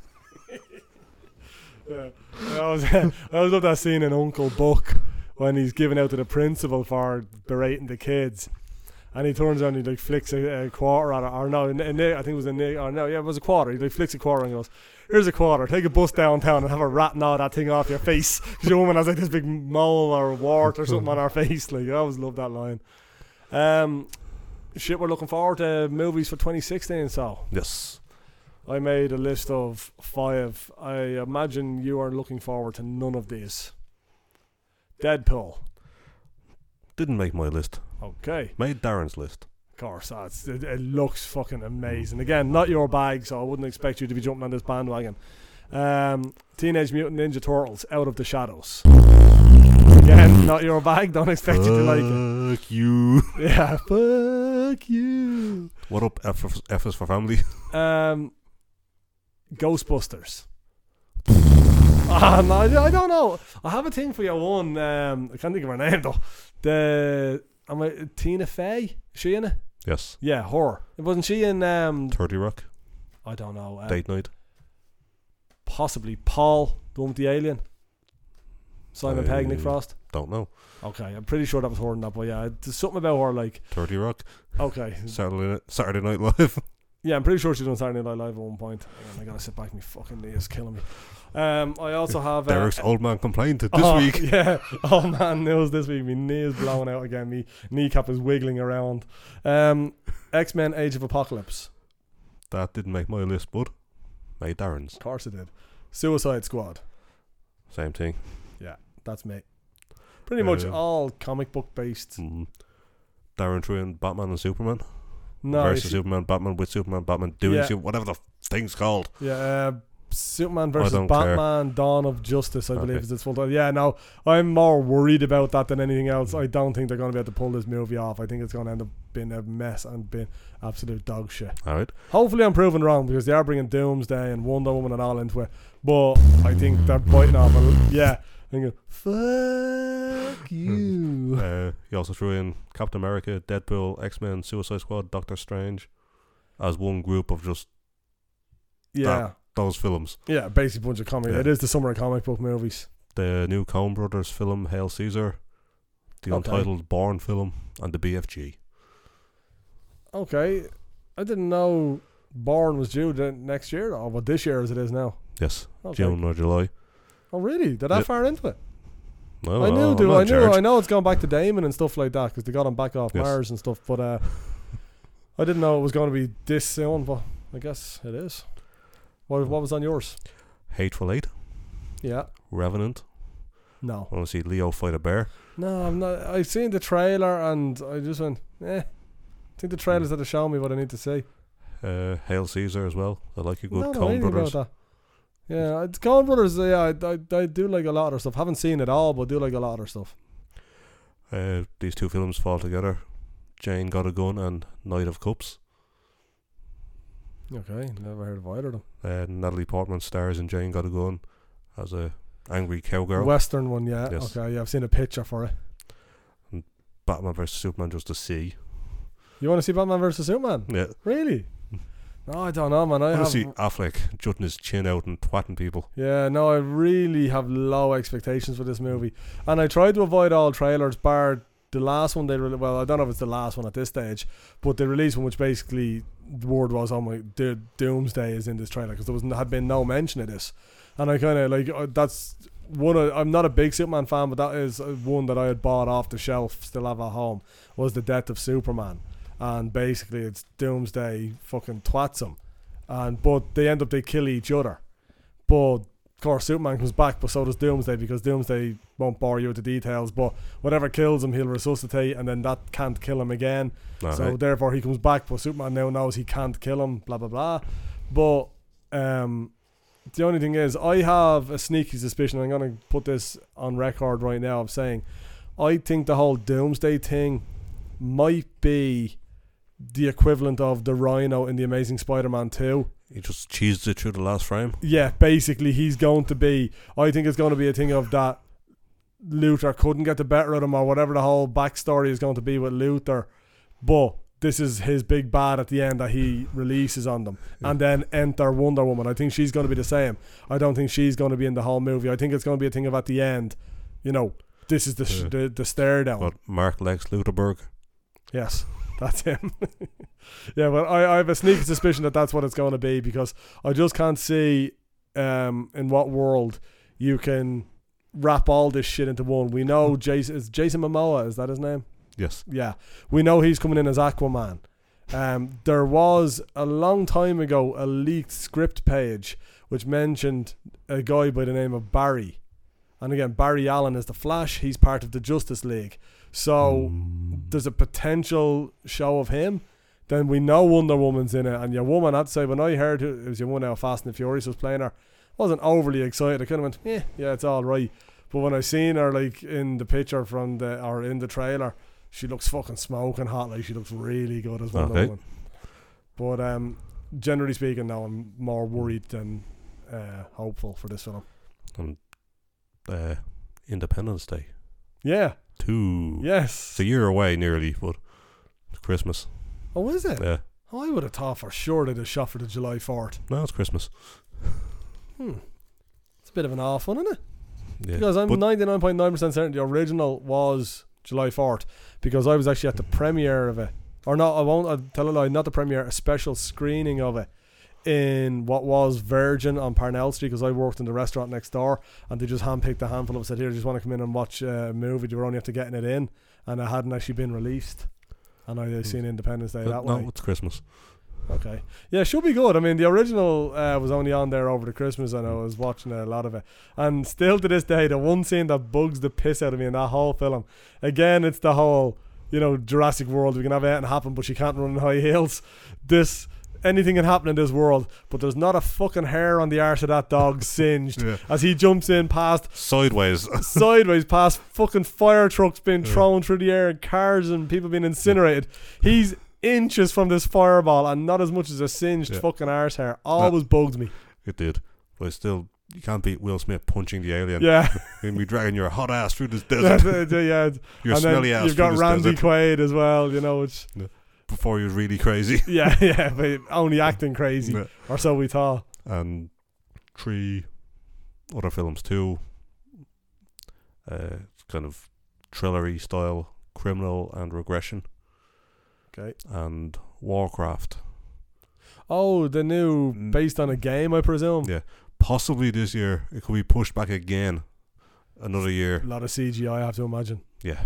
Yeah. I was I was up that scene in Uncle Buck when he's giving out to the principal for berating the kids. And he turns around and he like flicks a, a quarter at it, or no, a, ni- I think it was a ni- or no, yeah, it was a quarter. He like flicks a quarter and goes, "Here's a quarter. Take a bus downtown and have a rat gnaw that thing off your face." Because your woman has like this big mole or wart or something on her face. Like I always love that line. Um, shit, we're looking forward to movies for 2016. So Yes. I made a list of five. I imagine you are looking forward to none of these. Deadpool. Didn't make my list. Okay, Made Darren's list. of course. That's, it, it looks fucking amazing. Again, not your bag, so I wouldn't expect you to be jumping on this bandwagon. Um, Teenage Mutant Ninja Turtles, Out of the Shadows. Again, not your bag. Don't expect you to like Fuck you. it. Yeah, fuck you. What up, F, is- F is for family? Um, Ghostbusters. Ah, no, I I don't know. I have a thing for your one. Um, I can't think of her name though. The am I Tina Fey? Is she in it? Yes. Yeah, her. Wasn't she in? Um, 30 Rock, I don't know. Uh, Date Night. possibly Paul, the one with the alien. Simon Pegg, Nick Uh, Frost. Don't know. Okay, I'm pretty sure that was her in that. But yeah, there's something about her like 30 Rock, okay, Saturday Night, Saturday Night Live. Yeah, I'm pretty sure she's on Saturday Night Live at one point. Hang on, I gotta sit back. My fucking knee is killing me. Um, I also have uh, Derek's old man complained that this oh, week. Yeah. Oh man, news this week. My knee is blowing out again. My kneecap is wiggling around. Um, X Men: Age of Apocalypse. That didn't make my list, but made Darren's. Of course it did. Suicide Squad. Same thing. That's me. Pretty much Uh, all comic book based. Mm. Darren threw in Batman and Superman. No. versus Superman, Batman with Superman, Batman doing Yeah. Su- whatever the f- thing's called. Yeah, uh, Superman versus don't care. Batman: Dawn of Justice, I believe, Okay. is its full title. Yeah, no, I'm more worried about that than anything Mm. else. I don't think they're going to be able to pull this movie off. I think it's going to end up being a mess and being absolute dog shit. All right. Hopefully, I'm proven wrong because they are bringing Doomsday and Wonder Woman and all into it. But I think they're biting off. A, yeah, I'm going, fuck you. Hmm. Uh, he also threw in Captain America, Deadpool, X Men, Suicide Squad, Doctor Strange, as one group of just Yeah, those films. yeah, basically bunch of comic. Yeah. It is the summer of comic book movies. The new Coen Brothers film, Hail Caesar, the Okay. untitled Bourne film, and the BFG. Okay, I didn't know Bourne was due the next year, or well, this year as it is now. Yes, Okay. June or July. Oh, really? They're that Yeah. far into it? I, don't I know, knew, I'm dude. not I in knew. charge. I know it's gone back to Damon and stuff like that because they got him back off Yes. Mars and stuff. But uh, I didn't know it was going to be this soon. But I guess it is. What What was on yours? Hateful Eight, Yeah. Revenant. No. I want to see Leo fight a bear. No, I'm not. I seen the trailer and I just went, eh. I think the trailers Hmm. that are showing me what I need to see. Uh, Hail Caesar as well. I like a No, good no, Coen anything Brothers. About that. Yeah, it's Coen Brothers. uh, Yeah, I, I, I do like a lot of their stuff. Haven't seen it all, but do like a lot of their stuff. Uh, these two films fall together. Jane Got a Gun and Knight of Cups. Okay, never heard of either of them. Uh, Natalie Portman stars in Jane Got a Gun as a angry cowgirl. Western one, yeah. Yes. Okay, yeah, I've seen a picture for it. Batman vs Superman just a C. You want to see Batman versus Superman? Yeah. Really? No, I don't know, man. I I want have to Hmm. see Affleck jutting his chin out and twatting people. Yeah, no, I really have low expectations for this movie, and I tried to avoid all trailers, bar the last one they re- well, I don't know if it's the last one at this stage, but they released one which basically the word was on my the doomsday is in this trailer because there was n- had been no mention of this, and I kind of like uh, that's one. Of, I'm not a big Superman fan, but that is uh, one that I had bought off the shelf, still have at home, was the death of Superman, and basically it's doomsday fucking twats him, and but they end up they kill each other. But of course, Superman comes back, but so does Doomsday because Doomsday won't bore you with the details. But whatever kills him, he'll resuscitate, and then that can't kill him again. All so right. therefore, he comes back, but Superman now knows he can't kill him. Blah blah blah. But um, the only thing is, I have a sneaky suspicion. I'm going to put this on record right now of saying, I think the whole Doomsday thing might be the equivalent of the Rhino in the Amazing Spider-Man Two. He just cheesed it through the last frame. Yeah, basically, he's going to be. I think it's going to be a thing of that. Luther couldn't get the better of him, or whatever the whole backstory is going to be with Luther. But this is his big bad at the end that he releases on them, and then enter Wonder Woman. I think she's going to be the same. I don't think she's going to be in the whole movie. I think it's going to be a thing of at the end, you know, this is the sh- Yeah. the, the stare down. But Mark Lex Luterberg. Yes, that's him. yeah, but I, I have a sneaky suspicion that that's what it's going to be because I just can't see um, in what world you can wrap all this shit into one. We know Jason is Jason Momoa is that his name? Yes. Yeah, we know he's coming in as Aquaman. Um, there was a long time ago a leaked script page which mentioned a guy by the name of Barry, and again Barry Allen is the Flash. He's part of the Justice League, so there's a potential show of him. Then we know Wonder Woman's in it, and your woman, I'd say, when I heard who- it was your woman out Fast and the Furious was playing her, I wasn't overly excited. I kind of went, yeah, yeah, it's all right. But when I seen her like in the picture from the or in the trailer, she looks fucking smoking hot. Like she looks really good as Wonder Okay. Woman. But um, generally speaking, now I'm more worried than uh, hopeful for this film. Uh, Independence Day. Yeah. Two. Yes. It's a year away nearly, but it's Christmas. Oh, is it? Yeah. Oh, I would have thought for sure they'd have shot for the July 4th. No, it's Christmas. Hmm. It's a bit of an off one, isn't it? Yeah. Because I'm but 99.9% certain the original was July 4th because I was actually at the premiere of it. Or no, I won't I'll tell a lie, not the premiere, a special screening of it in what was Virgin on Parnell Street because I worked in the restaurant next door and they just handpicked a handful of us said, here, just want to come in and watch a movie. You were only after getting it in and it hadn't actually been released. And I'd have seen Independence Day uh, that no, way. it's Christmas. Okay. Yeah, it should be good. I mean, the original uh, was only on there over the Christmas, and I was watching a lot of it. And still to this day, the one scene that bugs the piss out of me in that whole film, again, it's the whole, you know, Jurassic World. We can have anything happen, but she can't run in high heels. This. Anything can happen in this world, but there's not a fucking hair on the arse of that dog singed Yeah. as he jumps in past Sideways. sideways past fucking fire trucks being thrown through the air and cars and people being incinerated. He's inches from this fireball and not as much as a singed Yeah. fucking arse hair. Always bugged me. it did. But I still, you can't beat Will Smith punching the alien. Yeah. And me dragging your hot ass through this yeah. desert. yeah. your and then smelly ass you've through got this Randy desert. Quaid as well, you know, which Before he was really crazy. yeah, yeah, but only acting crazy. Or so we thought. and Um, three other films too. Uh, kind of thrillery style, criminal and regression, Okay. and Warcraft. Oh, the new based on a game, I presume. Mm. Yeah. Possibly this year it could be pushed back again, another year. A lot of CGI, I have to imagine. Yeah,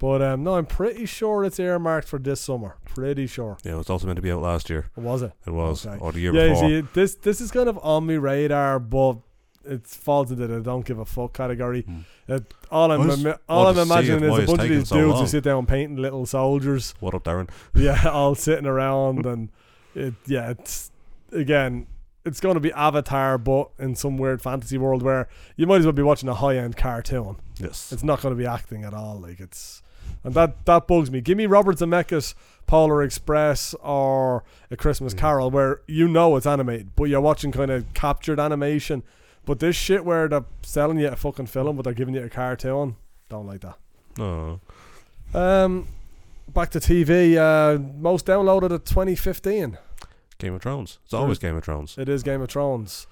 But um, no, I'm pretty sure it's earmarked for this summer. Pretty sure. yeah. It was also meant to be out last year. Or was it? It was Okay. or the year yeah, you before. see, this this is kind of on my radar, but it falls into the don't give a fuck category. Hmm. Uh, all I'm I just ima- all want I'm to see imagining it, is why a it's bunch of taking these so dudes who long. sit down painting little soldiers, What up, Darren? yeah, all sitting Hmm. around, and it yeah, it's again, it's going to be Avatar, but in some weird fantasy world where you might as well be watching a high end cartoon. Yes. It's not going to be acting at all. Like it's, and that that bugs me. Give me Robert Zemeckis, Polar Express, or A Christmas Carol, where you know it's animated, but you're watching kind of captured animation. But this shit where they're selling you a fucking film, but they're giving you a cartoon, don't like that. No. Um, back to TV. Uh, most downloaded of 2015. Game of Thrones. It's always Game of Thrones. It is Game of Thrones.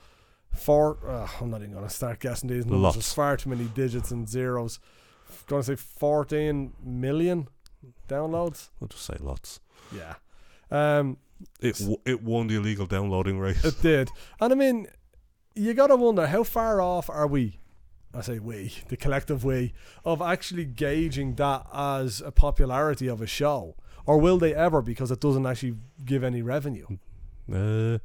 Four. Uh, I'm not even going to start guessing these numbers. Lots. There's far too many digits and zeros. Going to say 14 million downloads. I'll just say lots. Yeah. Um, It w- it won the illegal downloading race. It did. And I mean, you got to wonder how far off are we? I say we, the collective we, of actually gauging that as a popularity of a show. Or will they ever because it doesn't actually give any revenue? Uh,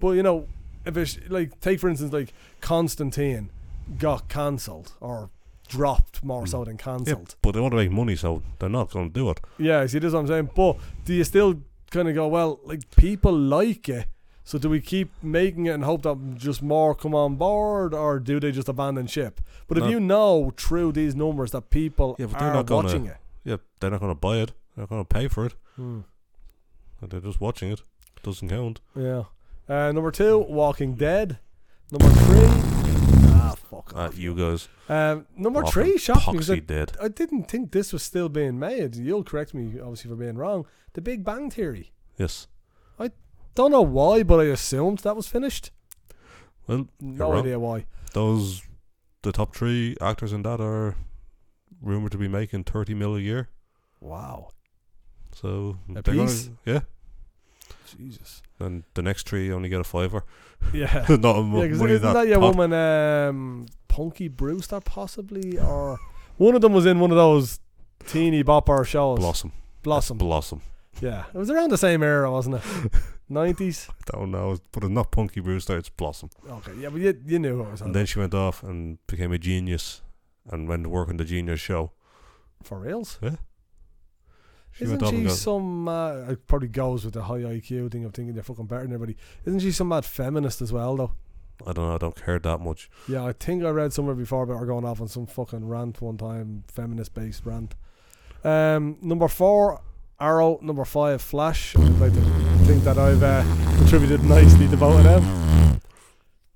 But you know, if it's like take for instance like Constantine got cancelled or dropped more so than yeah, cancelled. but they want to make money, so they're not going to do it. Yeah, see, this is what I'm saying. But do you still kind of go, well, like people like it, so do we keep making it and hope that just more come on board, or do they just abandon ship? But if No. you know through these numbers that people Yeah, but they're are not gonna- Ah, watching it, Yeah, they're not going to buy it. They're not going to pay for it. Hmm. They're just watching it. Doesn't count. yeah. Uh, number two, Walking Dead. Number three, ah, fuck Uh, off. you guys. Um, number Walking three, shocking because Poxy I, did. I didn't think this was still being made. You'll correct me, obviously, for being wrong. The Big Bang Theory. Yes. Don't know why, but I assumed that was finished. Well, No wrong. idea why. those the top three actors in that are rumored to be making thirty mil a year. Wow. So A they're gonna- piece? yeah. Jesus. And the next three only get a fiver. Yeah. yeah, not a mo- because money isn't that, that, your pot- woman, um, Punky Brewster, possibly? Or one of them was in one of those teeny bopper shows. blossom. Blossom. Blossom. yeah. It was around the same era, wasn't it? 90s? I don't know, but it's not Punky Brewster, it's Blossom. Okay. Yeah, but you, you knew what was on. And then she went off and became a genius and went to work on the genius show. For reals? Yeah. She went Isn't off she and got some. Uh, it probably goes with the high IQ thing of thinking they're fucking better than everybody. Isn't she some mad feminist as well, though? I don't know, I don't care that much. Yeah, I think I read somewhere before about her going off on some fucking rant one time, feminist based rant. Um, number four, Arrow. Number five, Flash. I'd like to think that I've uh, contributed nicely to both of them.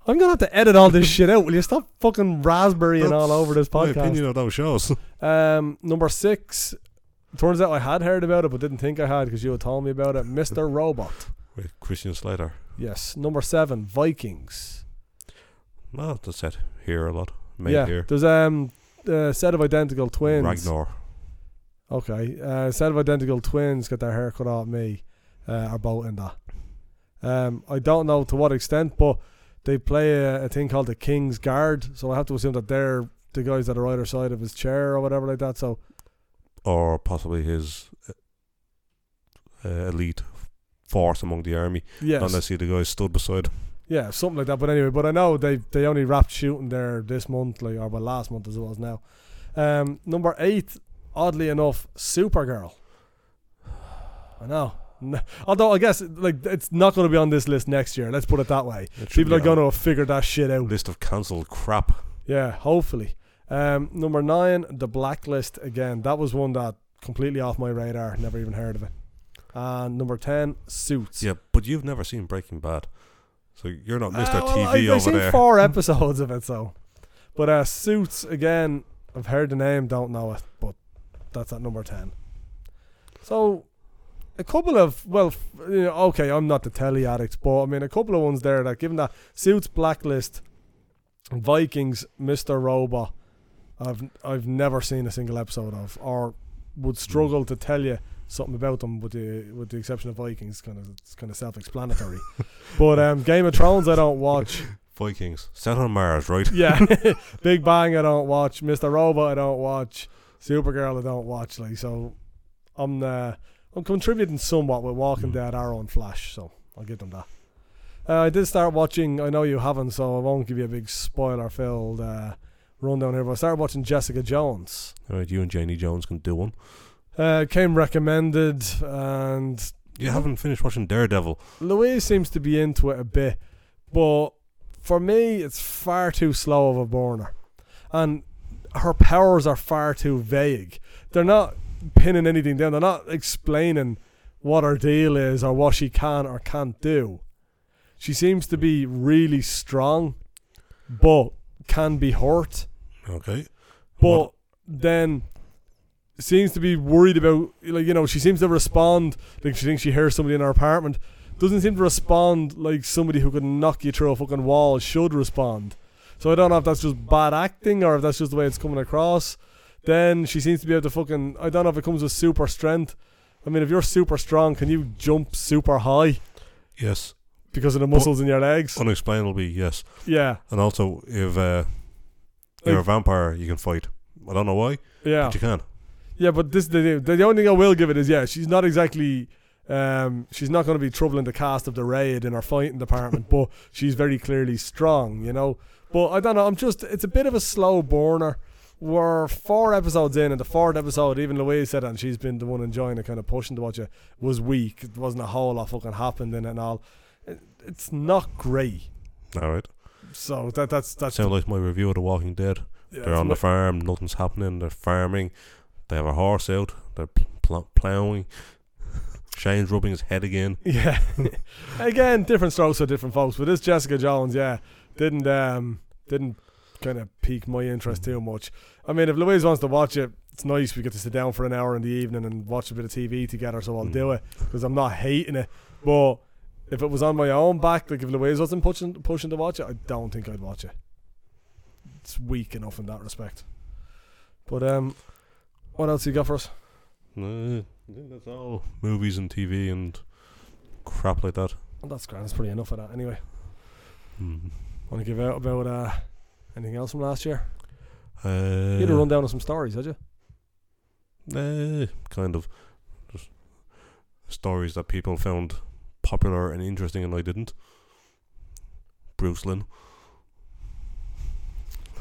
I'm gonna have to edit all this shit out. Will you stop fucking raspberrying all That's over this My podcast? opinion of those shows. Um, number six. Turns out I had heard about it, but didn't think I had because you had told me about it. Mr. Robot. With Christian Slater. Yes. Number seven, Vikings. No, that's it. Here a lot. Made yeah. here. There's um a set of identical twins. Ragnar. Okay. Uh, set of identical twins got their hair cut off me, uh, are both in that. Um, I don't know to what extent, but they play a, a thing called the King's Guard, so I have to assume that they're the guys that are either side of his chair or whatever like that. So Or possibly his uh, uh, elite force among the army. yes, Unless he the guy stood beside him. yeah, something like that. But anyway, but I know they they only wrapped shooting there this month, like or well, last month as it was now. Um, number eight, oddly enough, Supergirl. I know. N- Although I guess like it's not going to be on this list next year. Let's put it that way. It should People are be on going to have figured that shit a out. list of cancelled crap. Yeah, hopefully. Um, number nine, The Blacklist. Again, that was one that completely off my radar. Never even heard of it. And number ten, Suits. Yeah, but you've never seen Breaking Bad. So you're not Uh, Mr. well, TV I've, I've over seen there. four episodes of it, so. But uh, Suits again. I've heard the name, don't know it, but that's at number ten. So, a couple of well, f- you know, okay, I'm not the telly addict, but I mean, a couple of ones there that given that Suits, Blacklist, Vikings, Mister Robot, I've I've never seen a single episode of, or would Hmm. struggle to tell you something about them, with the with the exception of Vikings, kind of it's kind of self-explanatory. but um, Game of Thrones, I don't watch. Vikings. Set on Mars, right? Yeah, Big Bang, I don't watch. Mister Robot, I don't watch. Supergirl, I don't watch. Like so, I'm uh, I'm contributing somewhat with Walking Mm. Dead, Arrow, and Flash. So I'll give them that. Uh, I did start watching. I know you haven't, so I won't give you a big spoiler-filled uh, rundown here. But I started watching Jessica Jones. Alright, you and Janie Jones can do one. Uh, came recommended, and You haven't finished watching Daredevil. Louise seems to be into it a bit, but for me, it's far too slow of a burner, and her powers are far too vague. They're not pinning anything down. They're not explaining what her deal is or what she can or can't do. She seems to be really strong, but can be hurt. Okay. But What- then seems to be worried about like you know she seems to respond like she thinks she hears somebody in her apartment doesn't seem to respond like somebody who could knock you through a fucking wall should respond so i don't know if that's just bad acting or if that's just the way it's coming across then she seems to be able to fucking i don't know if it comes with super strength i mean if you're super strong can you jump super high Yes. because of the muscles in your legs Unexplainably, yes. yeah And also, if uh, you're a Like- vampire, you can fight. I don't know why, yeah but you can. Yeah, but this the, the the only thing I will give it is yeah, she's not exactly um she's not going to be troubling the cast of the raid in her fighting department, but she's very clearly strong, you know. But I don't know, I'm just it's a bit of a slow burner. We're four episodes in, and the fourth episode, even Louise said, and she's been the one enjoying it, kind of pushing to watch it, was weak. It wasn't a whole lot fucking happened in it and all. It, it's not great. All right. So that that's that's Sound like my review of The Walking Dead. yeah, they're it's on not- the farm, nothing's happening, they're farming, they have a horse out, they're pl- pl- ploughing. Shane's rubbing his head again. Yeah. Again, different strokes for different folks, but this Jessica Jones, yeah, didn't um didn't kind of pique my interest too much. I mean, if Louise wants to watch it, it's nice we get to sit down for an hour in the evening and watch a bit of TV together, so I'll do it because I'm not hating it. But if it was on my own back, like if Louise wasn't pushing pushing to watch it, I don't think I'd watch it. It's weak enough in that respect. But um, what else you got for us? Uh, I think that's all movies and TV and crap like that. Well, that's grand. That's pretty enough of that anyway. Mm. Want to give out about uh, anything else from last year? Uh, You had a rundown of some stories, had you? eh, kind of. Just stories that people found popular and interesting and I didn't. Bruce Lynn.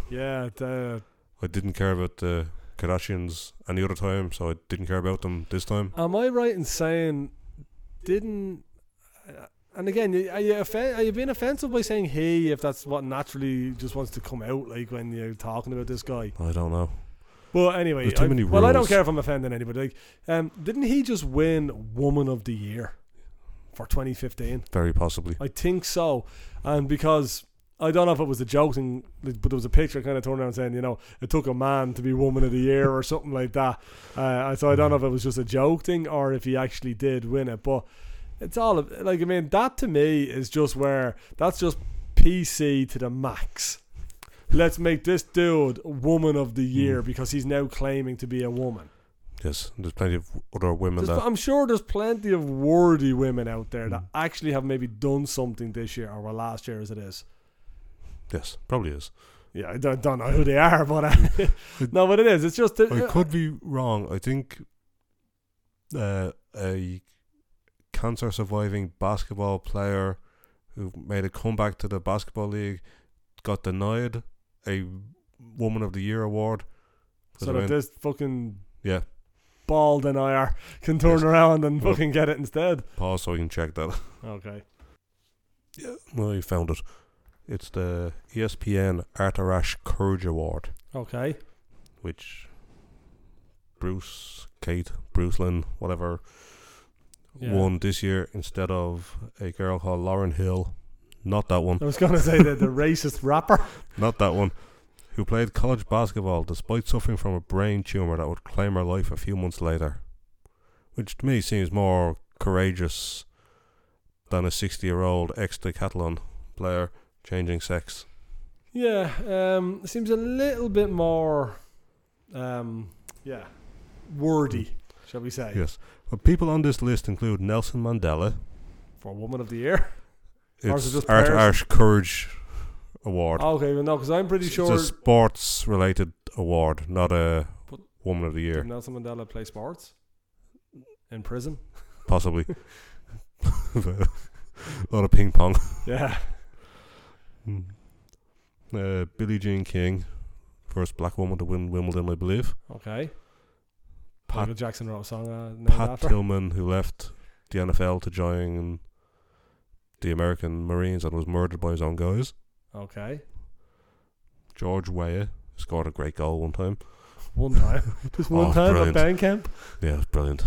Yeah, the, I didn't care about the Kardashians any other time, so I didn't care about them this time. am I right in saying didn't? uh, And again, y- are you offen- are you being offensive by saying he if that's what naturally just wants to come out like when you're talking about this guy? I don't know. Well, anyway, There's too I- many well, I don't rules. care if I'm offending anybody. Like, um, didn't he just win Woman of the Year for 2015? Very possibly. I think so. And because I don't know if it was a joke thing, like, but there was a picture kind of turned around saying, you know, it took a man to be woman of the year or something like that. Uh, so I don't know if it was just a joke thing or if he actually did win it. But it's all of- like, I mean, that to me is just where that's just PC to the max. Let's make this dude woman of the year because he's now claiming to be a woman. Yes, there's plenty of other women There's- that Hmm. I'm sure there's plenty of worthy women out there that actually have maybe done something this year or well, last year as it is. yes, probably is. Yeah, I don't, don't know who they are, but uh, no, but it is. It's just uh, I could be wrong. I think uh, a cancer surviving basketball player who made a comeback to the basketball league got denied a woman of the year award. 'Cause so I that went- this fucking yeah, bald and IR can turn Yes. around and Well- fucking get it instead. pause so you can check that. Okay. yeah, well, you found it. It's the E ESPN Arthur Ashe Courage Award, Okay. which Bruce, Kate, Bruce Lynn, whatever, won this year instead of a girl called Lauren Hill. Not that one. I was gonna say that the racist rapper. Not that one. Who played college basketball despite suffering from a brain tumor that would claim her life a few months later. Which to me seems more courageous than a 60 year old ex decathlon player changing sex. Yeah. Um. Seems a little bit more. Um. Yeah. Wordy, Hmm. shall we say, Yes. But people on this list include Nelson Mandela. for Woman of the Year. Or is it It's just Art players? Ash Courage Award. Okay, well, no, because I'm pretty sure. It's a sports related award, not a Woman of the Year. Did Nelson Mandela play sports in prison? possibly. a lot of ping pong. Yeah. Hmm. Uh, Billie Jean King, first black woman to win Wimbledon, I believe. Okay. Pat- Michael Jackson wrote a song uh, named Pat after. Tillman, who left the NFL to join the American Marines and was murdered by his own guys. Okay. George Weah scored a great goal one time. One time. Just one Oh, time brilliant. at band camp. Yeah, it was brilliant.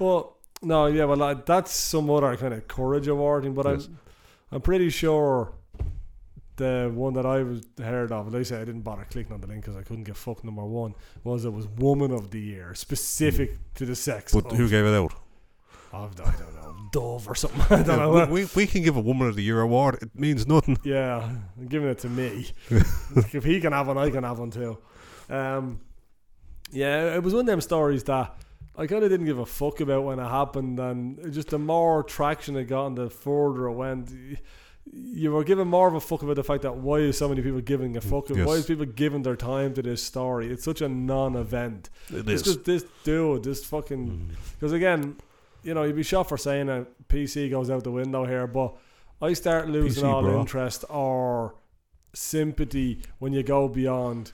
Well, no, yeah, well, like, that's some other kind of courage awarding, but Yes. I'm, I'm pretty sure the one that I was heard of, and I say I didn't bother clicking on the link because I couldn't get fuck number one, was it was Woman of the Year, specific to the sex. Mm. But of, who gave it out? of the- I don't know, Dove or something. I don't Yeah, know. we, we, we can give a woman of the year award. It means nothing. Yeah, giving it to me. Like, if he can have one, I can have one too. Um, yeah, it was one of them stories that I kind of didn't give a fuck about when it happened, and just the more traction it got, and the further it went, y- you were giving more of a fuck about the fact that why is so many people giving a fuck? Yes. Why is people giving their time to this story? It's such a non-event. It It's is. Mm. just this dude, this fucking. Because again, you know, you'd be shot for saying a PC goes out the window here, but I start losing PC, all bro. interest or sympathy when you go beyond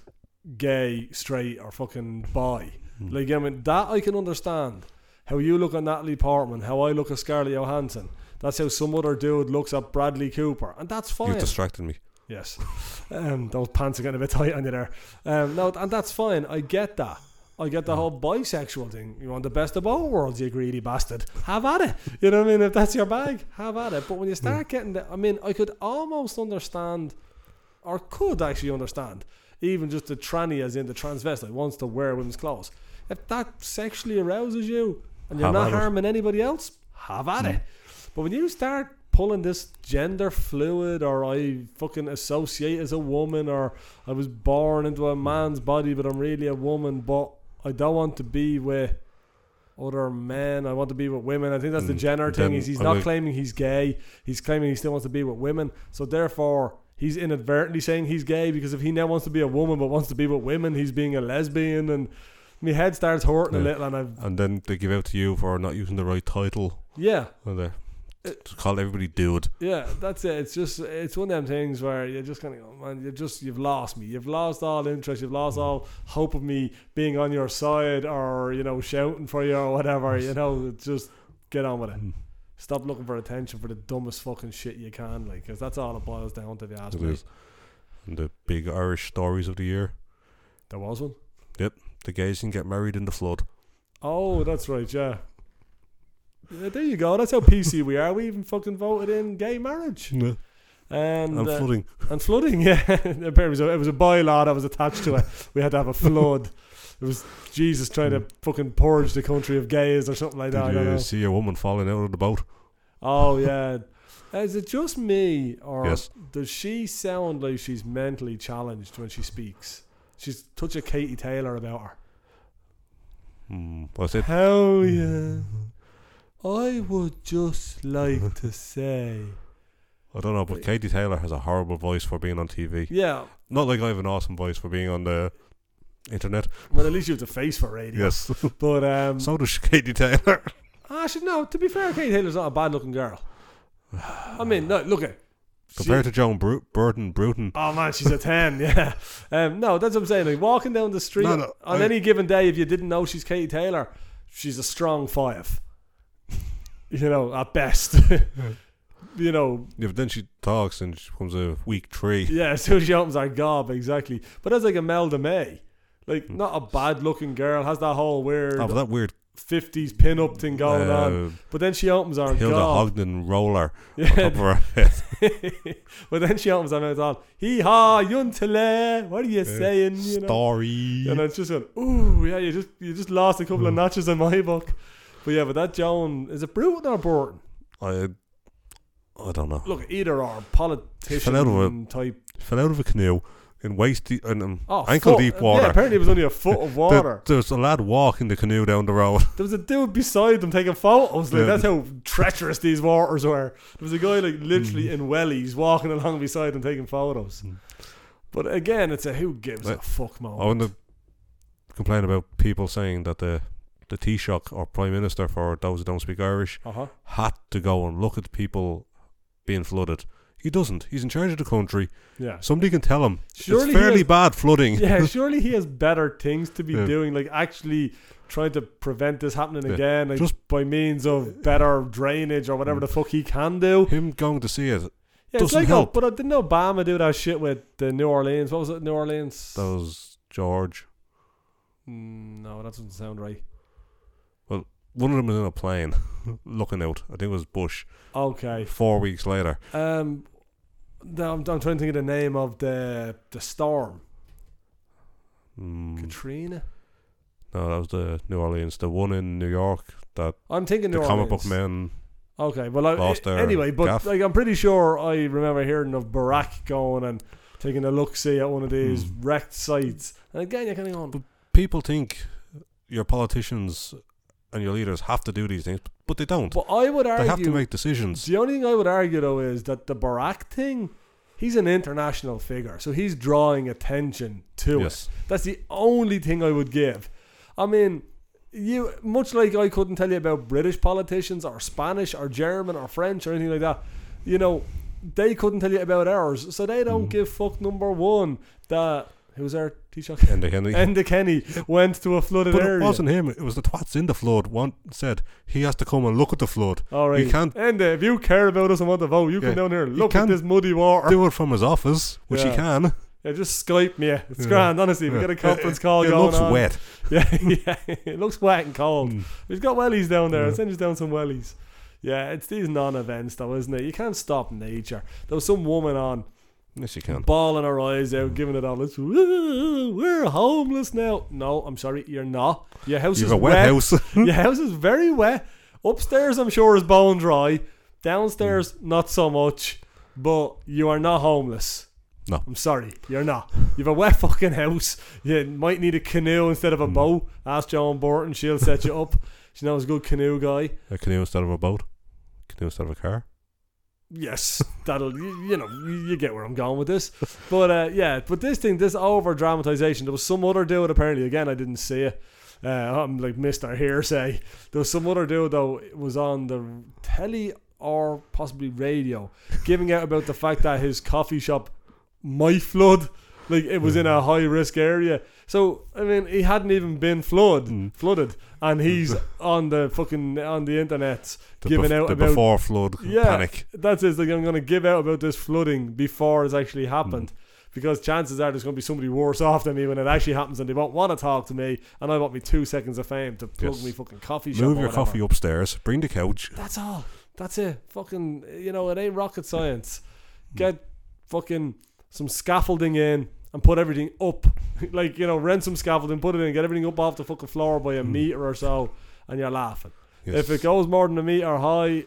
gay, straight, or fucking bi. Mm. Like, I mean, that I can understand. How you look at Natalie Portman, how I look at Scarlett Johansson. That's how some other dude looks at Bradley Cooper, and that's fine. You've distracted me. Yes. Um, those pants are getting a bit tight on you there. Um, no, and that's fine. I get that. I Mm. get the whole bisexual thing. You want the best of both worlds, you greedy bastard. Have at it. You know what I mean? If that's your bag, have at it. But when you Mm. start getting the, I mean, I could almost understand, or could actually understand, even just the tranny as in the transvestite wants to wear women's clothes. If that sexually arouses you and you're Have not at it. Mm. harming anybody else, have at it. But when you start pulling this gender fluid, or I fucking associate as a woman, or I was born into a man's body, but I'm really a woman, but I don't want to be with other men. I want to be with women. I think that's the gender Mm. then thing. Is he's I not will- claiming he's gay. He's claiming he still wants to be with women. So therefore. He's inadvertently saying he's gay because if he now wants to be a woman but wants to be with women, he's being a lesbian, and my head starts hurting a Yeah. little. And I've And then they give out to you for not using the right title. yeah, And they just call everybody dude. Yeah, that's it. It's just it's one of them things where you're just kind of go, man, you just you've lost me. You've lost all interest. You've lost all hope of me being on your side or you know shouting for you or whatever. You know, it's just get on with it. Mm-hmm. Stop looking for attention for the dumbest fucking shit you can, like, because that's all it boils down to. If you ask It me, is. And the big Irish stories of the year. there was one. The gays can get married in the flood. Oh, that's right. Yeah. Yeah, there you go. That's how PC we are. We even fucking voted in gay marriage and And uh, flooding. And flooding, yeah. Apparently it was, a, it was a bylaw that was attached to it. We had to have a flood. It was Jesus trying Hmm. to fucking purge the country of gays or something like Did that. I you don't know. see a woman falling out of the boat? Oh, yeah. Is it just me, or Yes. does she sound like she's mentally challenged when she speaks? She's touch of Katie Taylor about her. Mm, was it? Hell yeah. Mm-hmm. I would just like to say. I don't know, but Katie Taylor has a horrible voice for being on TV. Yeah, Not like I have an awesome voice for being on the internet. well, at least you have the face for radio. Yes. But, um, so does Katie Taylor. Actually, Ah, no. To be fair, Katie Taylor's not a bad-looking girl. I mean, no, look at. Compared to Joan Bru- Burden Bruton. Oh man, she's a ten. Yeah, um, no, that's what I'm saying. Like walking down the street No, no, on I- any given day, if you didn't know she's Katie Taylor, she's a strong five. you know, at best. you know, Yeah, but then she talks and she becomes a weak tree. yeah. So she opens her gob exactly, but that's like Imelda May. Like not a bad-looking girl has that whole weird Oh, but that weird '50s pin-up thing going on, uh, but then she opens her Hilda gob. Hogden roller on Yeah, top of her head. but then she opens her mouth all, hee ha, yuntele, what are you saying? You know? Story. And it's just going, ooh, yeah, you just you just lost a couple Mm. of notches in my book. But yeah, but that Joan, is it Bruton or Burton? I, I don't know. Look, either or, Fell out of politician type. Fell out of a canoe in waist deep, in, um, Oh, ankle foot- deep water. Yeah, apparently it was only a foot of There- water. there was a lad walking the canoe down the road. There was a dude beside them taking photos. Like Yeah. that's how treacherous these waters were. There was a guy like literally Mm. in wellies walking along beside them taking photos. But again, it's a who gives a Like, fuck Mm. I moment. want to complain about people saying that the the Taoiseach or Prime Minister for those who don't speak Irish Uh huh. had to go and look at people being flooded. He doesn't. He's in charge of the country. Yeah. Somebody can tell him. Surely he it's fairly has- bad flooding. yeah, surely he has better things to be Yeah. doing, like actually trying to prevent this happening Yeah. again, like Just- just by means of better drainage or whatever the fuck he can do. Him going to see it. Yeah, it's Doesn't like, help. oh, but I didn't Obama do that shit with the New Orleans. What was it, New Orleans? That was George. Mm, no, that doesn't sound right. One of them was in a plane looking out. I think it was Bush. Okay. Four weeks later. Um, No, I'm, I'm trying to think of the name of the the storm. Mm, Katrina. no, that was the New Orleans, the one in New York that I'm thinking the New comic book Orleans. men. Okay, well, I, Lost a- their anyway, but gaff. like I'm pretty sure I remember hearing of Barack going and taking a look see at one of these Hmm. wrecked sites. And again, you're kind of going, People think your politicians and your leaders have to do these things, but they don't. but I would they have to argue make decisions. the only thing I would argue though is that the Barack thing, he's an international figure, so he's drawing attention to it. Yes, That's the only thing I would give. I mean, you much like I couldn't tell you about British politicians or Spanish or German or French or anything like that. You know, they couldn't tell you about ours, so they Mm. don't give fuck number one that who's our Taoiseach and they Henry. Enda Kenny went to a flooded but it area. wasn't him. It was the twats in the flood. One said he has to come and look at the flood. All right, He can't Enda, if you care about us and want to vote, you Yeah. come down here. and Look at can't this muddy water. do it from his office, which Yeah. he can. yeah, just Skype me. It's Yeah. grand, honestly. We Yeah. get a conference call it going looks on. wet. Yeah, yeah. It looks wet and cold. Mm. We've got wellies down there. Yeah. Send us down some wellies. Yeah, it's these non-events though, isn't it? You can't stop nature. There was some woman on Yes, you can. bawling her eyes Hmm. out, giving it all. It's "Woo, we're homeless now. No, I'm sorry, you're not. Your house You've is a wet, house. Your house is very wet. Upstairs, I'm sure is bone dry. Downstairs, not so much. But you are not homeless. No. I'm sorry, you're not. You've a wet fucking house. You might need a canoe instead of a boat. Ask Joan Burton; she'll set you up. She knows a good canoe guy. a canoe instead of a boat. Canoe instead of a car. Yes, that'll you, you know you you get where I'm going with this, but uh, yeah, but this thing, this over dramatization, there was some other dude apparently. Again, I didn't see it. Uh, I'm like Mister Hearsay. There was some other dude though it was on the telly or possibly radio, giving out about the fact that his coffee shop might flood, like it was in Mm. a high risk area. So I mean, he hadn't even been flood Mm. flooded, and he's on the fucking on the internet The, giving bef- out the about before flood Yeah. panic. that's it. Like I'm going to give out about this flooding before it's actually Mm. happened. Because chances are there's going to be somebody worse off than me when it actually happens, and they won't want to talk to me, and I want me two seconds of fame to plug Yes. me fucking coffee shop. Move or your whatever. coffee upstairs. Bring the couch. That's all. That's it. Fucking, you know, it ain't rocket science. Get fucking some scaffolding in and put everything up. like, you know, rent some scaffolding, put it in, get everything up off the fucking floor by a meter or so, and you're laughing. If it goes more than a meter high,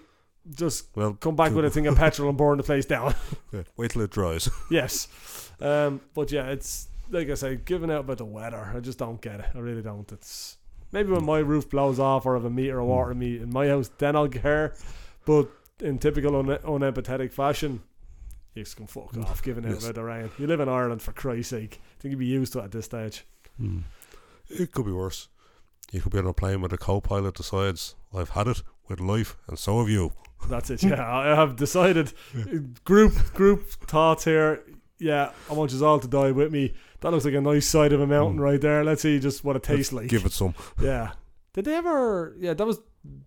just well, come back with a thing of petrol and burn the place down. yeah, wait till it dries. yes. Um, but yeah, it's like I say, giving out about the weather. I just don't get it. I really don't. It's maybe when my roof blows off or if a meter of water in Hmm. me in my house, then I'll care. But in typical un- unempathetic fashion, you just can fuck off giving out Yes. about the rain. You live in Ireland for Christ's sake. I think you'd be used to it at this stage. It could be worse. You could be on a plane with a co-pilot decides I've had it with life, and so have you. That's it. Yeah, I I have decided. Group group thoughts here. Yeah, I want you all to die with me. That looks like a nice side of a mountain right there. Let's see just what it tastes like. Hmm. Give it some. Yeah. Did they ever? Yeah, that was.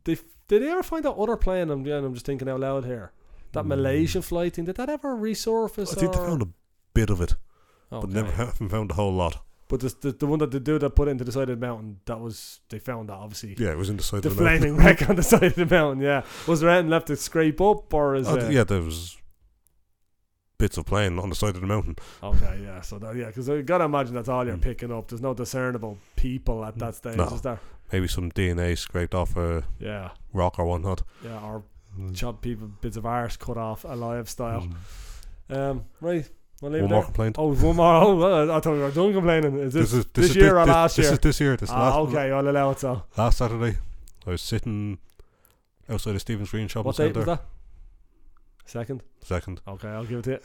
They, did they ever find that other plane? I'm, yeah, I'm just thinking out loud here. That Malaysian flight thing. Did that ever resurface? Hmm. I think they or- found a bit of it, but Okay. never haven't found a whole lot. But this, the the one that the dude that put it into the side of the mountain. That was they found that obviously. Yeah, it was in the side The of the mountain. flaming wreck on the side of the mountain. Yeah. Was there anything left to scrape up or is Oh, it? th- yeah, there was bits of plane on the side of the mountain. Okay, yeah. So that, yeah, because I gotta imagine that's all you're picking up. There's no discernible people at that stage, Hmm. No. is there? Maybe some DNA scraped off a Yeah, rock or whatnot. yeah. Or chop people bits of arse cut off alive style. Um, right. We'll leave it Hmm. One Mm. more there. complaint. Oh, one more. Oh, well, I thought we were done complaining. Is this this is this is year thi- or this- last This year? is this year. This ah, last, okay? I'll allow it. So, last Saturday, I was sitting outside of Stephen's Green Shopping what date was Centre. that? Second. Second, Okay, I'll give it to you.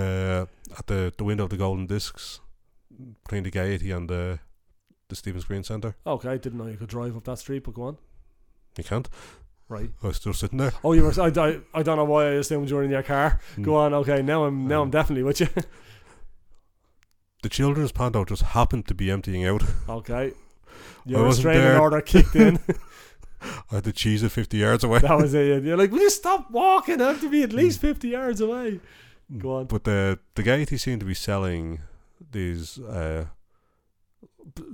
uh, at the the window of the Golden Discs between the Gaiety and the the Stephen's Green Centre. Okay, I didn't know you could drive up that street, but go on. You can't. Right. I was still sitting there. Oh, you were. I, I, I don't know why I assumed you were in your car. Go on. Okay, now I'm now I'm Mm. definitely with you. The children's panto just happened to be emptying out. Okay. I Your wasn't restraining there. order kicked in. I had the cheese at fifty yards away. that was it. You're like, will you stop walking? I have to be at Mm. least 50 yards away. Go on. But the the Gaiety seemed to be selling these uh,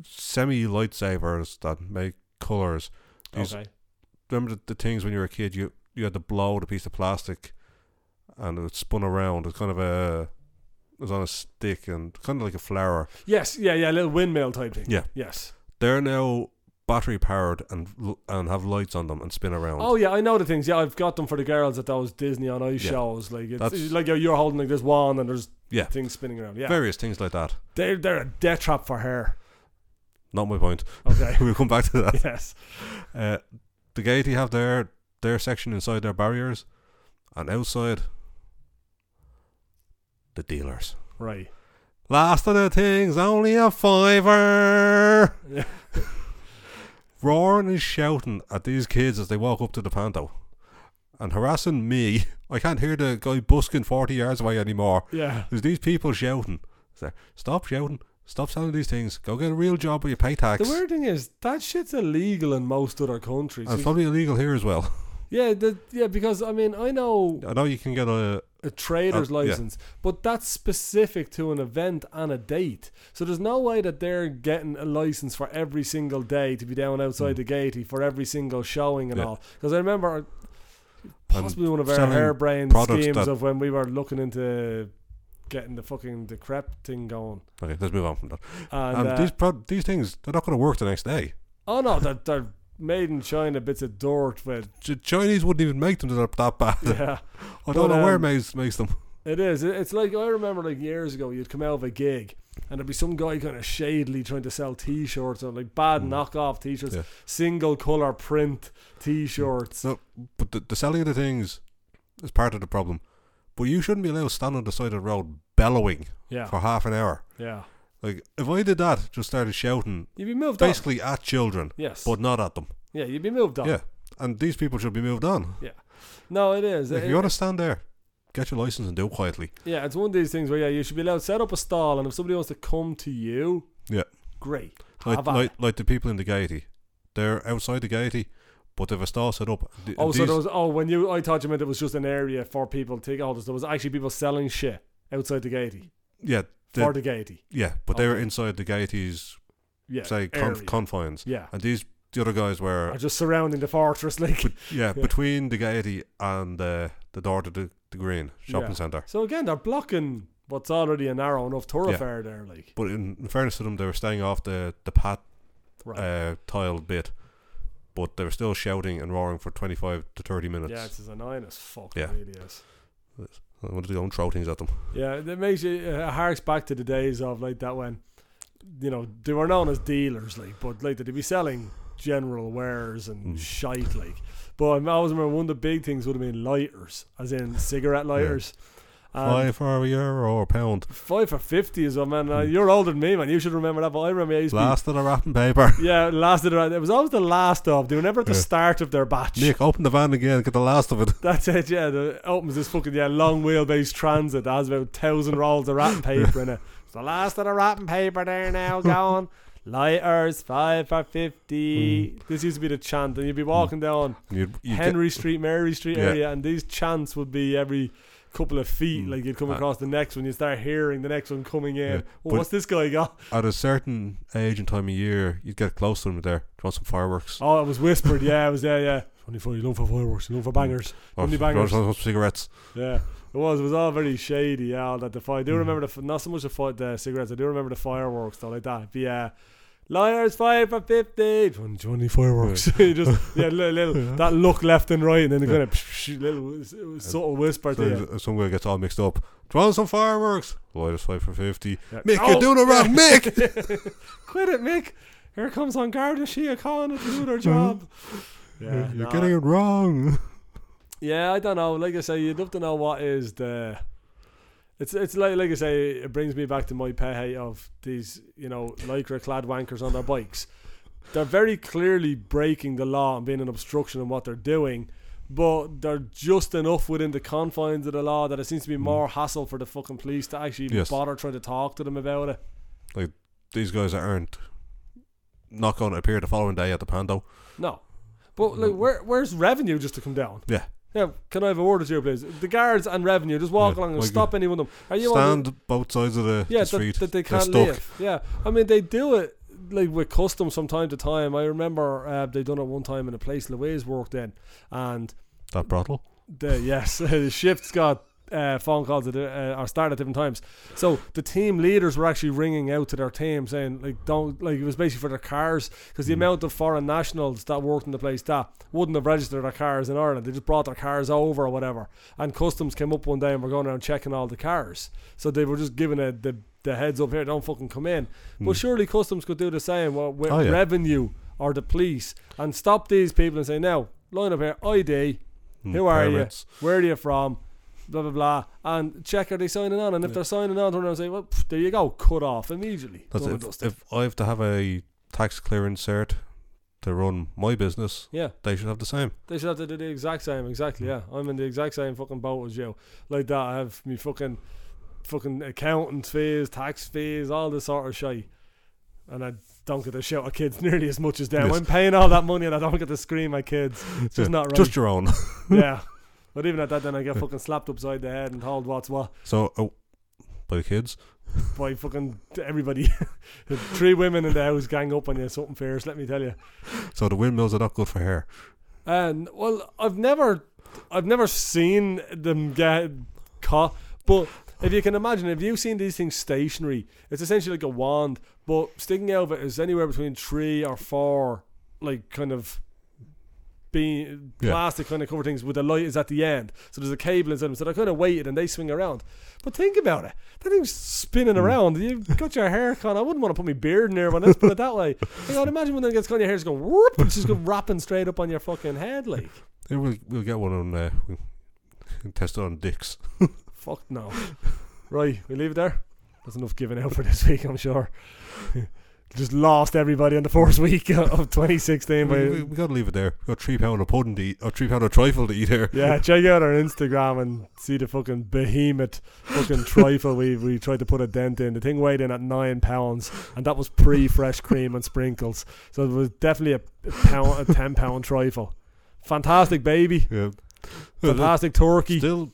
semi lightsabers that make colors. These Okay. remember the, the things when you were a kid you you had to blow the piece of plastic and it was spun around. It's kind of a it was on a stick and kind of like a flower. Yes, yeah, yeah, a little windmill type thing. Yeah. Yes. They're now battery powered and l- and have lights on them and spin around. Oh yeah, I know the things. Yeah, I've got them for the girls at those Disney on Ice Yeah. shows. Like it's, That's- it's like you're, you're holding like this wand and there's Yeah. things spinning around. Yeah, Various things like that. they're they're a death trap for her. Not my point. Okay. we'll come back to that. yes. Uh, the gate you have their their section inside their barriers, and outside the dealers. Right. Last of the things, only a fiver. Yeah. Roaring and shouting at these kids as they walk up to the panto, and harassing me. I can't hear the guy busking forty yards away anymore. Yeah. There's these people shouting. It's like, Stop shouting. Stop selling these things. Go get a real job where you pay The tax. weird thing is that shit's illegal in most other countries. And it's probably illegal here as well. yeah, the, yeah, because I mean I know I know you can get a a trader's Uh, yeah. license, but that's specific to an event and a date. So there's no way that they're getting a license for every single day to be down outside the gatey for every single showing and Hmm. Yeah. all. Because I remember possibly one of our selling harebrained products schemes that- of when we were looking into getting the fucking the crep thing going. Okay, let's move on from that. And, And uh, these pro- these things, they're not going to work the next day. oh no, they're, they're made in China bits of dirt with Ch- Chinese wouldn't even make them that, are that bad. yeah. I don't but, know where um, Maze makes them. It is. It- It's like I remember like years ago, you'd come out of a gig and there'd be some guy kind of shadily trying to sell T-shirts or like bad knockoff T-shirts, Mm. Yeah. Mm. single color print T-shirts. No, but the, the selling of the things is part of the problem. But you shouldn't be allowed to stand on the side of the road bellowing Yeah, for half an hour. yeah. Like if I did that, just started shouting, You'd be moved on. basically at children, Yes. but not at them. yeah, you'd be moved on. Yeah, and these people should be moved on. No, it is. Like, if It- you want to stand there, get your license and do it quietly. yeah, it's one of these things where yeah, you should be allowed to set up a stall, and if somebody wants to come to you, Yeah. great. Like, Have at like, it. like the people in the Gaiety. They're outside the Gaiety, but they've a stall set up. Th- Oh, so these- there was oh when you I thought you meant it was just an area for people to take orders. There was actually people selling shit outside the gatey yeah, the- for the gatey. yeah, but they were Okay. inside the Gaiety's, Yeah, say, area. conf- confines. yeah. And these, the other guys were, Or just surrounding the fortress, like. but, yeah, between the Gaiety and uh, the door to the, the Green shopping Yeah. centre. So again, they're blocking what's already a narrow enough thoroughfare there, like. But in, in fairness to them, they were staying off the, the pat Right. uh, tiled bit, but they were still shouting and roaring for 25 to 30 minutes. yeah, it's as annoying as fuck. Yeah. It really is. I wanted to go and throw things at them. Yeah, it makes you uh, it harks back to the days of like that when, you know, they were known as dealers, like, but like they'd be selling general wares and Mm. shite, like. But I always remember one of the big things would have been lighters, as in cigarette lighters. And Five Mm. for a euro or a pound. five for fifty is well, man. Uh, you're older than me, man. You should remember that. But I remember I used to be Last of the wrapping paper. Yeah, it lasted around. It was always the last of. They were never at the Yeah. start of their batch. Nick, open the van again, get the last of it. That's it. Yeah, the opens this fucking yeah long wheelbase transit. That has about thousand rolls of wrapping paper in it. It's the last of the wrapping paper there now going. Lighters five for fifty. This used to be the chant, and you'd be walking down You'd, you'd Mm. get- Henry Street, Mary Street Yeah. area, and these chants would be every couple of feet. Like you'd come Uh, across the next one, you start hearing the next one coming in. Yeah, Oh, but- what's this guy got? at a certain age and time of year, you'd get close to them there. Do you want some fireworks? Oh, it was whispered. yeah, it was. Yeah, yeah. Only for you, love for fireworks, you love Oh, for bangers. Or only do you want bangers. some cigarettes? Yeah, it was. It was all very shady. Yeah, all that the fire. I do remember the f- not so much the, fi- the cigarettes. I do remember the fireworks though, like that. It'd be uh, liars five for fifty. Do you want- do you want any fireworks? You just yeah, little, little that look left and right, and then kind of little s- subtle whisper So to you. if Some guy gets all mixed up. Do you want some fireworks? Lighters five for 50. Yeah. Mick, Oh! you're doing it wrong, Mick! Quit it, Mick. Here comes on guard the Shia Khan to do their job. Yeah, you're nah. getting it wrong. Yeah, I don't know. Like I say, you'd love to know what is the. It's it's like like I say, it brings me back to my pet hate of these you know lycra clad wankers on their bikes. They're very clearly breaking the law and being an obstruction in what they're doing, but they're just enough within the confines of the law that it seems to be more hassle for the fucking police to actually Mm. Yes. bother trying to talk to them about it. These guys aren't not going to appear the following day at the Pando. No, but like where where's revenue just to come down? Mm. Yeah. Yeah, can I have a word with you, please? The guards and revenue just walk Yeah, along and like- stop any one of them. Are you on the- Stand both sides of the, yeah, the that- street. That, they They're can't stuck. leave. Yeah, I mean they do it like with customs from time to time. I remember uh, they done it one time in a place Louise worked in, and That brothel. the yes, the shifts got uh, phone calls at, uh, or start at different times. So the team leaders were actually ringing out to their team saying like don't like it was basically for their cars because the Mm. amount of foreign nationals that worked in the place that wouldn't have registered their cars in Ireland. They just brought their cars over or whatever. And customs came up one day and were going around checking all the cars. So they were just giving a the the heads up here, don't fucking come in. But surely customs could do the same well, with Mm. Oh, yeah. revenue or the police and stop these people and say, now, line up here, ID, Mm, who are permits. you? Where are you from? Blah blah blah, and check are they signing on, and if they're signing on, turn around and say, "Well, pff, there you go, cut off immediately." That's Done and if, dusted. if I have to have a tax clearance cert to run my business, yeah, they should have the same. they should have to do the exact same. Mm. Exactly, yeah. I'm in the exact same fucking boat as you. Like that, I have me fucking, fucking accountant fees, tax fees, all this sort of shit, and I don't get to shout at kids nearly as much as them. Yes. I'm paying all that money, and I don't get to scream at kids. It's just Yeah, not right. Just your own. yeah. But even at that, then I get fucking slapped upside the head and told what's what. so, oh, by the kids. by fucking everybody. Three women in the house gang up on you, something fierce, let me tell you. So the windmills are not good for hair. And well, I've never, I've never seen them get caught. But if you can imagine, if you've seen these things stationary, it's essentially like a wand, but sticking out of it is anywhere between three or four, like kind of. Being Yeah. plastic kind of cover things with the light is at the end, so there's a cable inside them. So they're kind of weighted and they swing around. But think about it, that thing's Hmm. spinning around. You've got your hair caught. I wouldn't want to put my beard in there, but let's put it that way. Like, I'd imagine when it gets caught, in your hair's going whoop, it's just going wrapping straight up on your fucking head. Like, Yeah, we'll, we'll get one on. Uh, we can test it on dicks. fuck no. Right, we leave it there. That's enough giving out for this week, I'm sure. Just lost everybody on the first week of 2016. we, we, By, we gotta leave it there. We got three pound of pudding to eat, or three pound of trifle to eat here. yeah, check out our Instagram and see the fucking behemoth fucking trifle we, we tried to put a dent in. The thing weighed in at nine pounds, and that was pre fresh cream and sprinkles. So it was definitely a, a pound, a 10 pound trifle. Fantastic baby, Yeah. fantastic turkey. Still,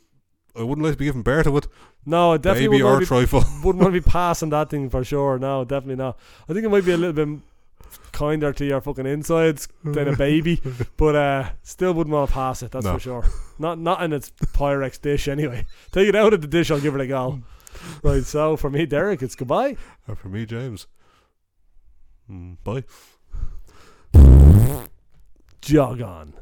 I wouldn't like to be giving birth to it. No, it definitely Baby would not or be trifle. wouldn't want to be passing that thing for sure. No, definitely not. I think it might be a little bit kinder to your fucking insides than a baby, but uh, still wouldn't want to pass it. That's No. for sure. Not not in its Pyrex dish anyway. Take it out of the dish. I'll give it a go. Right. So for me, Derek, it's goodbye. And for me, James. Mm, bye. Jog on.